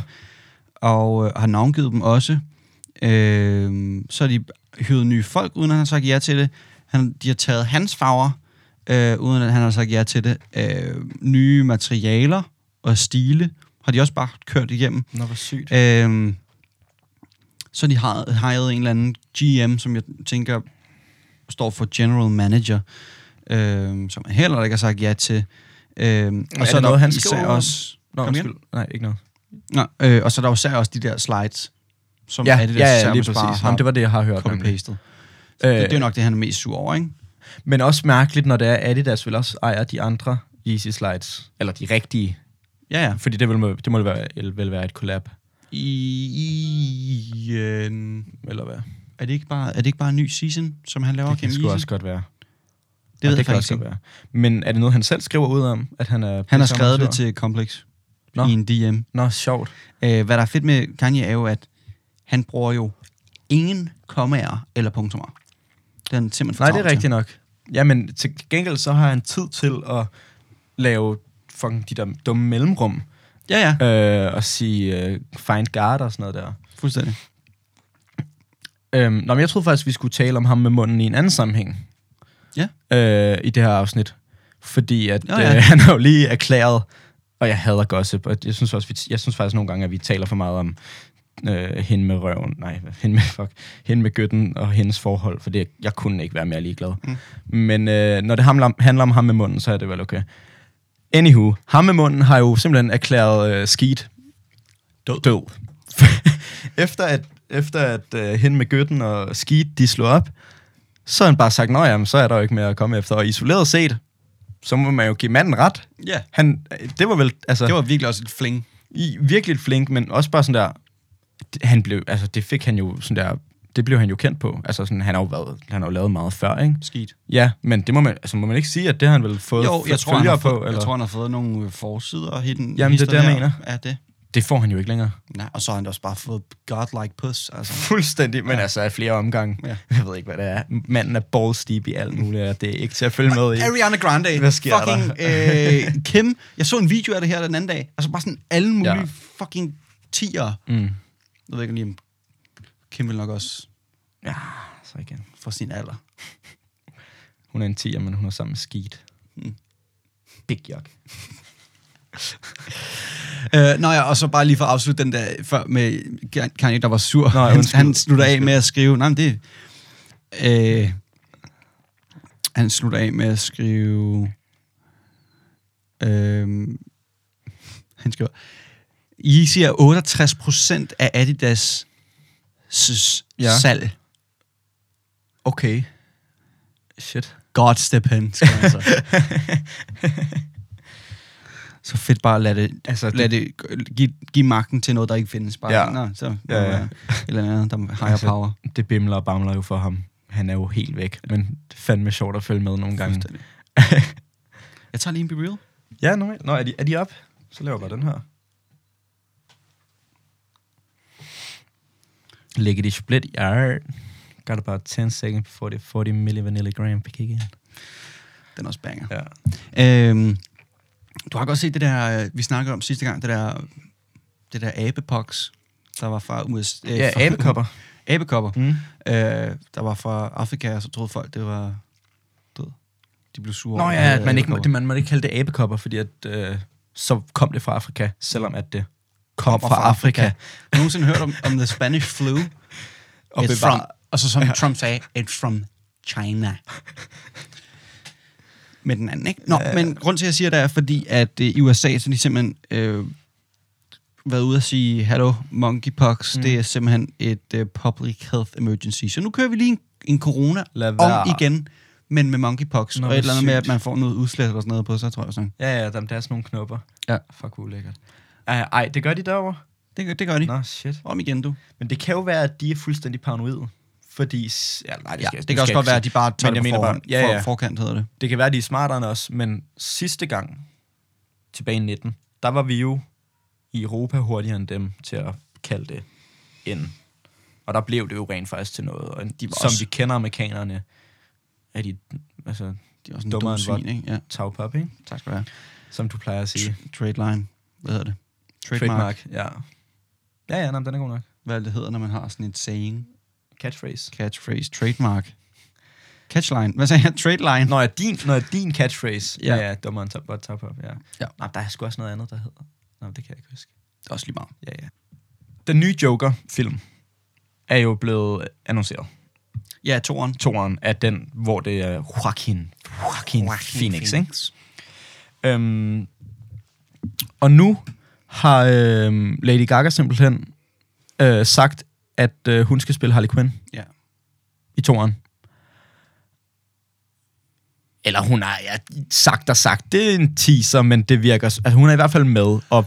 Speaker 2: og øh, har navngivet dem også. Øh, så har de hyret nye folk, uden han har sagt ja til det. Han, de har taget hans farver, øh, uden at han har sagt ja til det. Øh, nye materialer og stile har de også bare kørt igennem.
Speaker 3: Nå, hvor sygt.
Speaker 2: Øhm, så de har hired en eller anden GM, som jeg tænker står for General Manager, øhm, som jeg heller ikke har sagt ja til. Øhm,
Speaker 3: er det
Speaker 2: der
Speaker 3: noget, han
Speaker 2: især
Speaker 3: skriver?
Speaker 2: Også,
Speaker 3: Nå,
Speaker 2: Kom igen.
Speaker 3: undskyld. Nej, ikke noget.
Speaker 2: nå, øh, og så er der jo især også de der slides, som
Speaker 1: Ja,
Speaker 2: er det der
Speaker 1: ja, ja,
Speaker 2: Serbus
Speaker 1: lige
Speaker 2: bare
Speaker 1: præcis.
Speaker 2: har
Speaker 1: Jamen, det var det, jeg har hørt. nemlig.
Speaker 2: copy-pastet. Øh, det, det, er jo nok det, han er mest sur over, ikke?
Speaker 1: Men også mærkeligt, når det er Adidas vel også ejer de andre Yeezy Slides. Eller de rigtige.
Speaker 2: Ja, ja.
Speaker 1: Fordi det, vil, må- det må være, vel være et collab.
Speaker 2: I, i, øh,
Speaker 1: Eller hvad?
Speaker 2: er, det ikke bare, er det ikke bare en ny season, som han laver
Speaker 1: Det kan
Speaker 2: gennem
Speaker 1: sgu
Speaker 2: Yeezy?
Speaker 1: også godt være.
Speaker 2: Det ved
Speaker 1: Og
Speaker 2: jeg
Speaker 1: det kan
Speaker 2: faktisk
Speaker 1: også
Speaker 2: ikke.
Speaker 1: godt være. Men er det noget, han selv skriver ud om, at han er...
Speaker 2: Han har skrevet det til Complex
Speaker 1: Nå.
Speaker 2: i en DM.
Speaker 1: Nå, sjovt.
Speaker 2: Øh, hvad der er fedt med Kanye er jo, at han bruger jo ingen kommaer eller punktummer. Det er han simpelthen for
Speaker 1: Nej, det er
Speaker 2: travlt til.
Speaker 1: rigtigt nok. Ja, men til gengæld så har han tid til at lave fucking de der dumme mellemrum.
Speaker 2: Ja, ja,
Speaker 1: Øh, og sige øh, find guard og sådan noget der.
Speaker 2: fuldstændig.
Speaker 1: Øhm, nå, men jeg troede faktisk, vi skulle tale om ham med munden i en anden sammenhæng.
Speaker 2: Ja.
Speaker 1: Øh, I det her afsnit. Fordi at
Speaker 2: Nå,
Speaker 1: ja,
Speaker 2: ja.
Speaker 1: ja. Øh, han har jo lige erklæret, og jeg hader gossip, og jeg synes, også, vi, jeg synes faktisk nogle gange, at vi taler for meget om øh, hende med røven, nej, hvad- hende med, fuck, hende med gytten og hendes forhold, for det, jeg kunne ikke være mere ligeglad. Mm. Men øh, når det handler om, handler om ham med munden, så er det vel okay. Anywho, ham med munden har jo simpelthen erklæret øh, skidt død. død. efter at, efter at øh, hende med gytten og skidt, de slog op, så har han bare sagt, nej, så er der jo ikke mere at komme efter. Og isoleret set, så må man jo give manden ret.
Speaker 2: Ja,
Speaker 1: Han, det var vel, altså,
Speaker 2: det var virkelig også et fling.
Speaker 1: i, virkelig et flink, men også bare sådan der, det- han blev, altså det fik han jo sådan der, det blev han jo kendt på. Altså sådan, han har jo, været, han har jo lavet meget før, ikke?
Speaker 2: Skidt.
Speaker 1: Ja, men det må man, altså må man ikke sige, at det har han vel fået
Speaker 2: Jo, jeg
Speaker 1: f-
Speaker 2: tror, han har
Speaker 1: følgere
Speaker 2: fået,
Speaker 1: på, eller?
Speaker 2: jeg tror, han har fået nogle øh, forsider. Hidden,
Speaker 1: Jamen, det er det, jeg mener.
Speaker 2: Ja, det.
Speaker 1: Det får han jo ikke længere.
Speaker 2: Nej, og så har han da også bare fået godlike puss. Altså.
Speaker 1: Fuldstændig, men ja. altså af flere omgange.
Speaker 2: Ja.
Speaker 1: Ja. Jeg ved ikke, hvad det er. Manden er balls deep i alt muligt, og det er ikke til at følge med i.
Speaker 2: Ariana Grande.
Speaker 1: Hvad sker
Speaker 2: fucking, Øh, Kim. Jeg så en video af det her den anden dag. Altså bare sådan alle mulige ja.
Speaker 1: Ja.
Speaker 2: fucking tiger.
Speaker 1: Mm.
Speaker 2: Jeg ved ikke lige, om Kim vil nok også
Speaker 1: Ja, så igen.
Speaker 2: for sin alder.
Speaker 1: Hun er en 10'er, men hun er sammen med Skeet.
Speaker 2: Mm.
Speaker 1: Big Jock.
Speaker 2: Øh, nå ja, og så bare lige for at afslutte den der før med Kanye, der var sur.
Speaker 1: Nå,
Speaker 2: han,
Speaker 1: undskyld.
Speaker 2: han slutter af
Speaker 1: Undskyld.
Speaker 2: med at skrive... Nej, men det... Øh, han slutter af med at skrive... Øh, han skriver... Yeezy er 68% af Adidas s- ja.
Speaker 1: Ja.
Speaker 2: salg.
Speaker 1: Okay. Shit.
Speaker 2: God step in, skriver han så. så fedt bare at lade det
Speaker 1: Altså,
Speaker 2: lad det, give, give magten til noget, der ikke findes. Bare, ja.
Speaker 1: Ja.
Speaker 2: Nå, så
Speaker 1: Ja, ja.
Speaker 2: ja, ja. et eller andet, der er higher
Speaker 1: Altså,
Speaker 2: power.
Speaker 1: det bimler og bamler jo for ham. Han er jo helt væk, men det er fandme sjovt at følge med nogle gange.
Speaker 2: Fuldstændig. Jeg tager lige en Be Real.
Speaker 1: Ja, normalt. Nå, er de, er de op? Så laver jeg bare den her. Lægger de split i art. Got about 10 seconds before the 40 milli vanilla gram per kick in.
Speaker 2: Den er også banger.
Speaker 1: Ja.
Speaker 2: Ja. Øhm, du har godt set det der, øh, vi snakkede om sidste gang, det der, det der abepox, der var fra USA. øh,
Speaker 1: Ja,
Speaker 2: fra-
Speaker 1: abekopper.
Speaker 2: Abekopper,
Speaker 1: Mm.
Speaker 2: øh, der var fra Afrika, og så troede folk, det var død. De blev sure.
Speaker 1: Nå
Speaker 2: over,
Speaker 1: ja,
Speaker 2: øh,
Speaker 1: at man, ikke, må-
Speaker 2: abekopper.
Speaker 1: det, man må ikke kalde det abekopper, fordi at, øh, så kom det fra Afrika, selvom at det kom fra,
Speaker 2: fra Afrika.
Speaker 1: Afrika.
Speaker 2: Har du nogensinde hørt om, om the Spanish flu?
Speaker 1: Og
Speaker 2: it's
Speaker 1: bevar-
Speaker 2: from, og så som Trump sagde, it's from China. Men den anden, ikke? Nå,
Speaker 1: Øh.
Speaker 2: ja. men grund til, at jeg siger det, er fordi, at øh, i USA, så har de simpelthen øh, været ude at sige, hallo, monkeypox, mm. det er simpelthen et øh, public health emergency. Så nu kører vi lige en en corona
Speaker 1: Lad være.
Speaker 2: om igen, men med monkeypox.
Speaker 1: Nå,
Speaker 2: Nå, og et eller andet med,
Speaker 1: sygt.
Speaker 2: at man får noget udslæt eller sådan noget på sig, tror jeg. Sådan.
Speaker 1: Ja, ja, der, der er sådan nogle knopper.
Speaker 2: Ja.
Speaker 1: Fuck, ulækkert. Ej, ej, det gør de derovre?
Speaker 2: Det, gør- det gør de. Nå.
Speaker 1: Nå, shit.
Speaker 2: Om igen, du.
Speaker 1: Men det kan jo være, at de er fuldstændig paranoide. Fordi... s- Ja, nej, det,
Speaker 2: Ja,
Speaker 1: skal,
Speaker 2: det kan også godt være, at de bare tager
Speaker 1: Men
Speaker 2: det
Speaker 1: jeg
Speaker 2: på
Speaker 1: mener
Speaker 2: forhånd.
Speaker 1: bare- ja, ja.
Speaker 2: For, forkant hedder det.
Speaker 1: Det kan være, at de er smartere end os, men sidste gang, tilbage i 19, der var vi jo i Europa hurtigere end dem til at kalde det en. Og der blev det jo rent faktisk til noget. Og de
Speaker 2: var
Speaker 1: som
Speaker 2: også-
Speaker 1: vi kender amerikanerne, er de altså,
Speaker 2: De er også en
Speaker 1: Dummere
Speaker 2: dumme
Speaker 1: end
Speaker 2: svin,
Speaker 1: vold.
Speaker 2: ikke? Ja,
Speaker 1: tag op, ikke?
Speaker 2: tak skal du have.
Speaker 1: Som du plejer at sige.
Speaker 2: Tr- Trade line. Hvad hedder det? Trademark. Trademark.
Speaker 1: Trademark. Ja, ja, ja nej, men den er god nok.
Speaker 2: Hvad er det, det hedder, når man har sådan et saying?
Speaker 1: Catchphrase.
Speaker 2: Catchphrase. Trademark. Catchline. Hvad sagde jeg? Tradeline.
Speaker 1: Når er din, når er din catchphrase.
Speaker 2: Ja.
Speaker 1: Ja, ja, dummeren tager godt top op, ja.
Speaker 2: Ja.
Speaker 1: Nå, der er sgu også noget andet, der hedder. Nå, det kan jeg ikke huske.
Speaker 2: Det er også lige meget.
Speaker 1: Ja, ja. Den nye Joker-film er jo blevet annonceret.
Speaker 2: Ja, toren.
Speaker 1: Toren er den, hvor det er Joaquin, Joaquin, Joaquin Phoenix, Phoenix. Ikke? Øhm, og nu har øhm, Lady Gaga simpelthen øh, sagt, at øh, hun skal spille Harley Quinn
Speaker 2: Ja.
Speaker 1: i toren. Eller hun har ja, sagt og sagt, det er en teaser, men det virker... Altså, hun er i hvert fald med, og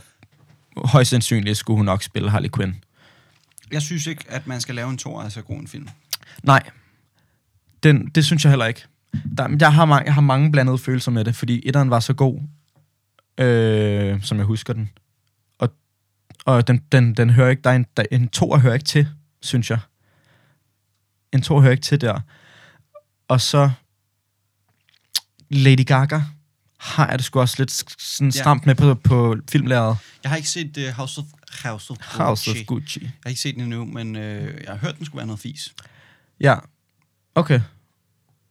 Speaker 1: højst sandsynligt skulle hun nok spille Harley Quinn.
Speaker 2: Jeg synes ikke, at man skal lave en tor af så god en film.
Speaker 1: Nej, den, det synes jeg heller ikke. Der, men jeg, har mange, jeg har mange blandede følelser med det, fordi etteren var så god, øh, som jeg husker den. Og, og den, den, den hører ikke, der er en, der, en toer hører ikke til, synes jeg. En toer hører ikke til der. Og så Lady Gaga har jeg det sgu også lidt s- sådan
Speaker 2: Ja.
Speaker 1: stramt med på, på filmlæret.
Speaker 2: Jeg har ikke set uh, House of House of
Speaker 1: House of
Speaker 2: Gucci.
Speaker 1: Gucci.
Speaker 2: Jeg har ikke set den endnu, men øh, jeg har hørt, den skulle være noget fis.
Speaker 1: Ja, okay.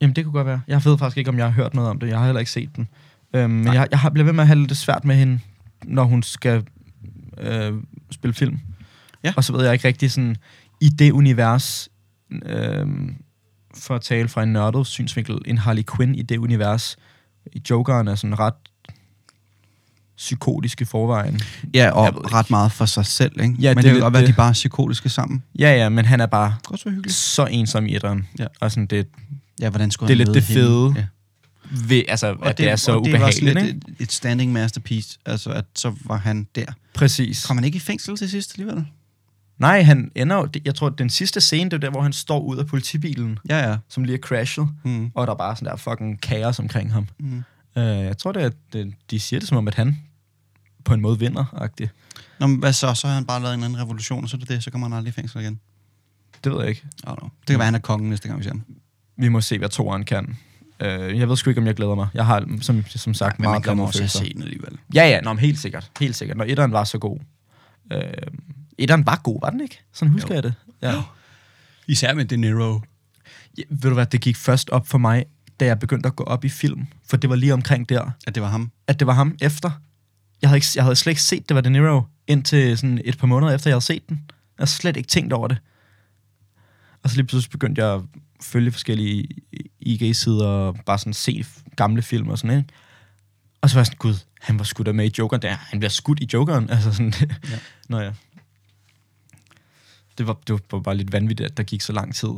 Speaker 1: Jamen, det kunne godt være. Jeg ved faktisk ikke, om jeg har hørt noget om det. Jeg har heller ikke set den. Øhm, men jeg, jeg har bliver ved med at have lidt svært med hende, når hun skal øh, spille film.
Speaker 2: Ja.
Speaker 1: Og så ved jeg ikke rigtig sådan, i det univers, øh, for at tale fra en nørdet synsvinkel, en Harley Quinn i det univers, Jokeren er sådan ret psykotisk i forvejen.
Speaker 2: Ja,
Speaker 1: Jeg ved ikke.
Speaker 2: ret meget for sig selv, ikke?
Speaker 1: Ja,
Speaker 2: men det,
Speaker 1: det
Speaker 2: det
Speaker 1: er
Speaker 2: kan godt
Speaker 1: lidt
Speaker 2: være, at de
Speaker 1: det.
Speaker 2: bare er psykotiske sammen.
Speaker 1: Ja, ja, men han er bare
Speaker 2: Det kunne også være hyggeligt.
Speaker 1: så ensom i etteren.
Speaker 2: Ja.
Speaker 1: Og sådan, det,
Speaker 2: Ja, hvordan skulle
Speaker 1: Det er
Speaker 2: han
Speaker 1: lidt
Speaker 2: møde
Speaker 1: det
Speaker 2: hende?
Speaker 1: fede.
Speaker 2: Ja.
Speaker 1: ved, altså, at det, er så
Speaker 2: og Det
Speaker 1: ubehageligt.
Speaker 2: var
Speaker 1: ikke?
Speaker 2: sådan lidt et, et standing masterpiece, altså at så var han der.
Speaker 1: Præcis.
Speaker 2: Kom han ikke i fængsel til sidst alligevel?
Speaker 1: Nej, han ender jo, det- jeg tror, den sidste scene, det er der, hvor han står ud af politibilen,
Speaker 2: Ja, ja.
Speaker 1: som lige er crashet,
Speaker 2: Mm.
Speaker 1: og der er bare sådan der fucking kaos omkring ham.
Speaker 2: Mm.
Speaker 1: Uh, jeg tror, det er, det, de siger det som om, at han på en måde vinder -agtigt.
Speaker 2: Nå, men hvad så? Så har han bare lavet en eller anden revolution, og så er det det, så kommer han aldrig i fængsel igen.
Speaker 1: Det ved jeg ikke.
Speaker 2: I don't know. Det kan
Speaker 1: Mm.
Speaker 2: være, han er kongen næste gang, vi ser ham.
Speaker 1: Vi må se, hvad toeren kan. Uh, jeg ved sgu ikke, om jeg glæder mig. Jeg har, som, som sagt,
Speaker 2: Men man
Speaker 1: meget
Speaker 2: glemmer
Speaker 1: glæder
Speaker 2: også at
Speaker 1: følelser.
Speaker 2: se den alligevel.
Speaker 1: Ja, ja, nå, men helt sikkert. Helt sikkert. Når etteren var så god. Uh, etteren var god, var den ikke? Sådan husker jo. jeg det. Ja.
Speaker 2: Især med De Niro.
Speaker 1: Ja, ved du hvad, det gik først op for mig, da jeg begyndte at gå op i film. For det var lige omkring der,
Speaker 2: At det var ham.
Speaker 1: at det var ham efter. Jeg havde, ikke, jeg havde slet ikke set, det var De Niro, indtil sådan et par måneder efter, jeg havde set den. Jeg havde slet ikke tænkt over det. Og så lige pludselig begyndte jeg at følge forskellige IG-sider og bare sådan se f- gamle film og sådan, ikke? Og så var jeg sådan, gud, han var skudt med i Jokeren der. Han bliver skudt i Jokeren. Altså sådan, ja. Nå ja. Det var, det var bare lidt vanvittigt, at der gik så lang tid.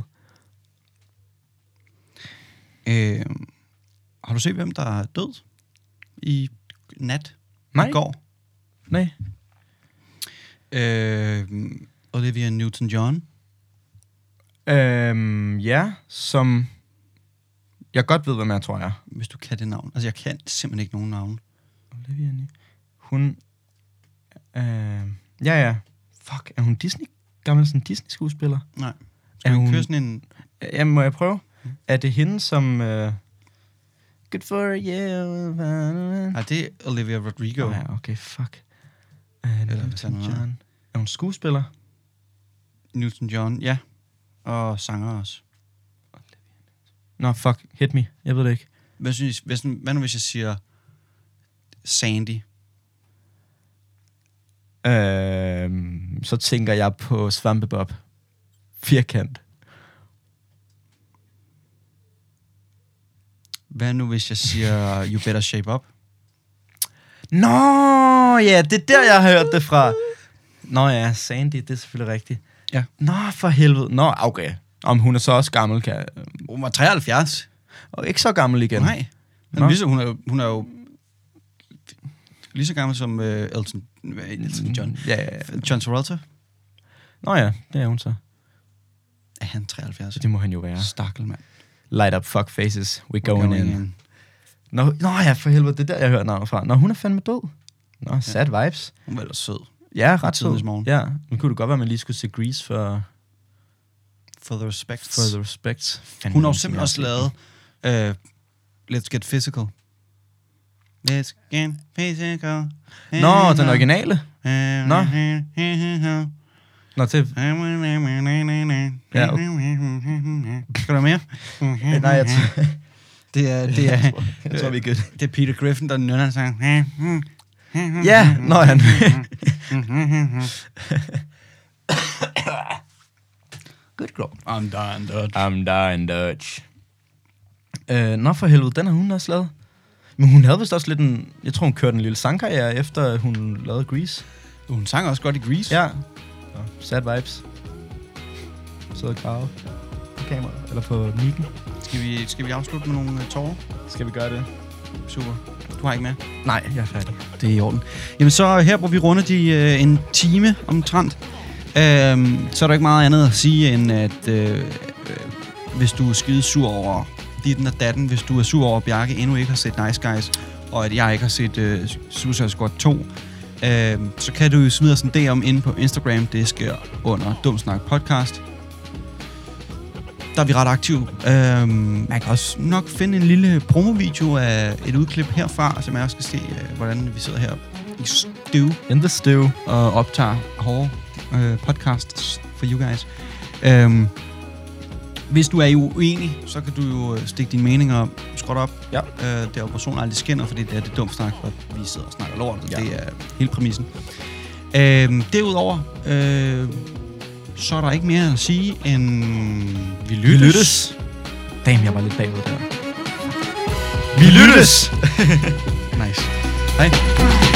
Speaker 2: Øh, har du set, hvem der er død i nat?
Speaker 1: Nej.
Speaker 2: I går?
Speaker 1: Nej.
Speaker 2: Øh, Olivia Newton-John.
Speaker 1: Øhm, ja, som... Jeg godt ved, hvad jeg tror, jeg er.
Speaker 2: Hvis du kan det navn. Altså, jeg kan simpelthen ikke nogen navn.
Speaker 1: Olivia Ni- Hun... Øh, ja, ja. Fuck, er hun Disney? Gammel sådan Disney-skuespiller?
Speaker 2: Nej.
Speaker 1: Er
Speaker 2: Skal vi Mm.
Speaker 1: hun-
Speaker 2: køre sådan en...
Speaker 1: Jamen, må jeg prøve? Er det hende, som... Øh, Good for you.
Speaker 2: Nej, det er Olivia Rodrigo.
Speaker 1: Oh, ja, okay, fuck. Øh,
Speaker 2: Eller
Speaker 1: Elton
Speaker 2: hvis han er-
Speaker 1: John. Er hun skuespiller?
Speaker 2: Newton-John, ja. Og sanger også.
Speaker 1: Nå, fuck. Hit me. Jeg ved det ikke.
Speaker 2: Hvad, synes, hvis, hvad nu, hvis jeg siger Sandy?
Speaker 1: Øh, så tænker jeg på Svampebob. Firkant.
Speaker 2: Hvad nu, hvis jeg siger You Better Shape Up?
Speaker 1: Nå, ja, det er der, jeg har hørt det fra. Nå ja, Sandy, det er selvfølgelig rigtigt.
Speaker 2: Ja.
Speaker 1: Nå, for helvede. Nå, okay. Om hun er så også gammel, kan...
Speaker 2: Hun var 73.
Speaker 1: Og ikke så gammel igen.
Speaker 2: Nej. Hun
Speaker 1: Nå.
Speaker 2: er, lige så, hun, er, jo- hun er jo lige så gammel som uh, Elton, øh, Elton John.
Speaker 1: Ja, ja, ja.
Speaker 2: John Travolta.
Speaker 1: Nå ja, det er hun så.
Speaker 2: Er han 73?
Speaker 1: Så det må han jo være.
Speaker 2: Stakkel, mand.
Speaker 1: Light up fuck faces, we going, in. Nå, nå ja, for helvede, det er der, jeg hører navnet fra. Nå, hun er fandme død. Nå, sad vibes.
Speaker 2: Hun var ellers sød.
Speaker 1: Ja, ret sød.
Speaker 2: Tidens morgen.
Speaker 1: Ja, nu kunne det godt være, at man lige skulle se Grease for,
Speaker 2: For the respect.
Speaker 1: for the respect. Fandme,
Speaker 2: Hun har jo
Speaker 1: den skal
Speaker 2: simpelthen
Speaker 1: jeg
Speaker 2: også
Speaker 1: se.
Speaker 2: lavet uh, Let's Get Physical. Let's get physical.
Speaker 1: Nå, den originale. Nå. Nå, det... Ja,
Speaker 2: Skal du have mere?
Speaker 1: Nej, jeg, t-
Speaker 2: Det er, det er,
Speaker 1: jeg tror, vi er good.
Speaker 2: det er Peter Griffin, der nynner en sang.
Speaker 1: Ja, nå han. good girl.
Speaker 2: I'm dying, dude.
Speaker 3: I'm dying Dutch.
Speaker 1: Øh, nå for helvede, den har hun også lavet. Men hun havde vist også lidt en... Jeg tror, hun kørte en lille sangkarriere, efter hun lavede Grease.
Speaker 2: Hun sang også godt i Grease.
Speaker 1: Ja. Nå, sad vibes. Sidder og grave på kameraet, eller på mikken.
Speaker 2: Skal vi, skal vi afslutte med nogle øh, tårer?
Speaker 1: Skal vi gøre det?
Speaker 2: Super. Du har ikke mere?
Speaker 1: Nej, jeg er færdig.
Speaker 2: Det er i orden. Jamen så her, hvor vi runder de øh, en time omtrent, øh, så er der ikke meget andet at sige, end at øh, øh, hvis du er skide sur over ditten og datten, hvis du er sur over, at Bjarke endnu ikke har set Nice Guys, og at jeg ikke har set øh, Suicide Squad 2, øh, så kan du jo smide os en DM ind på Instagram. Det sker under Dumsnak Podcast. Der er vi ret aktive. Øhm, man kan også nok finde en lille promovideo af et udklip herfra, som jeg også skal se, øh, hvordan vi sidder her i stue
Speaker 1: In the stew.
Speaker 2: og optager hårde øh, podcasts for you guys. Øhm, hvis du er uenig, så kan du jo øh, stikke dine meninger skråt op.
Speaker 1: Ja.
Speaker 2: Øh, det er jo personen aldrig skinner, fordi det er det dumt snak, og vi sidder og snakker lort, og
Speaker 1: Ja.
Speaker 2: ja. det er hele præmissen. Øhm, derudover, øh, så er der ikke mere at sige, end vi lyttes. Vi lyttes.
Speaker 1: Damn, jeg var lidt bagud der.
Speaker 2: Vi lyttes! nice. Hej.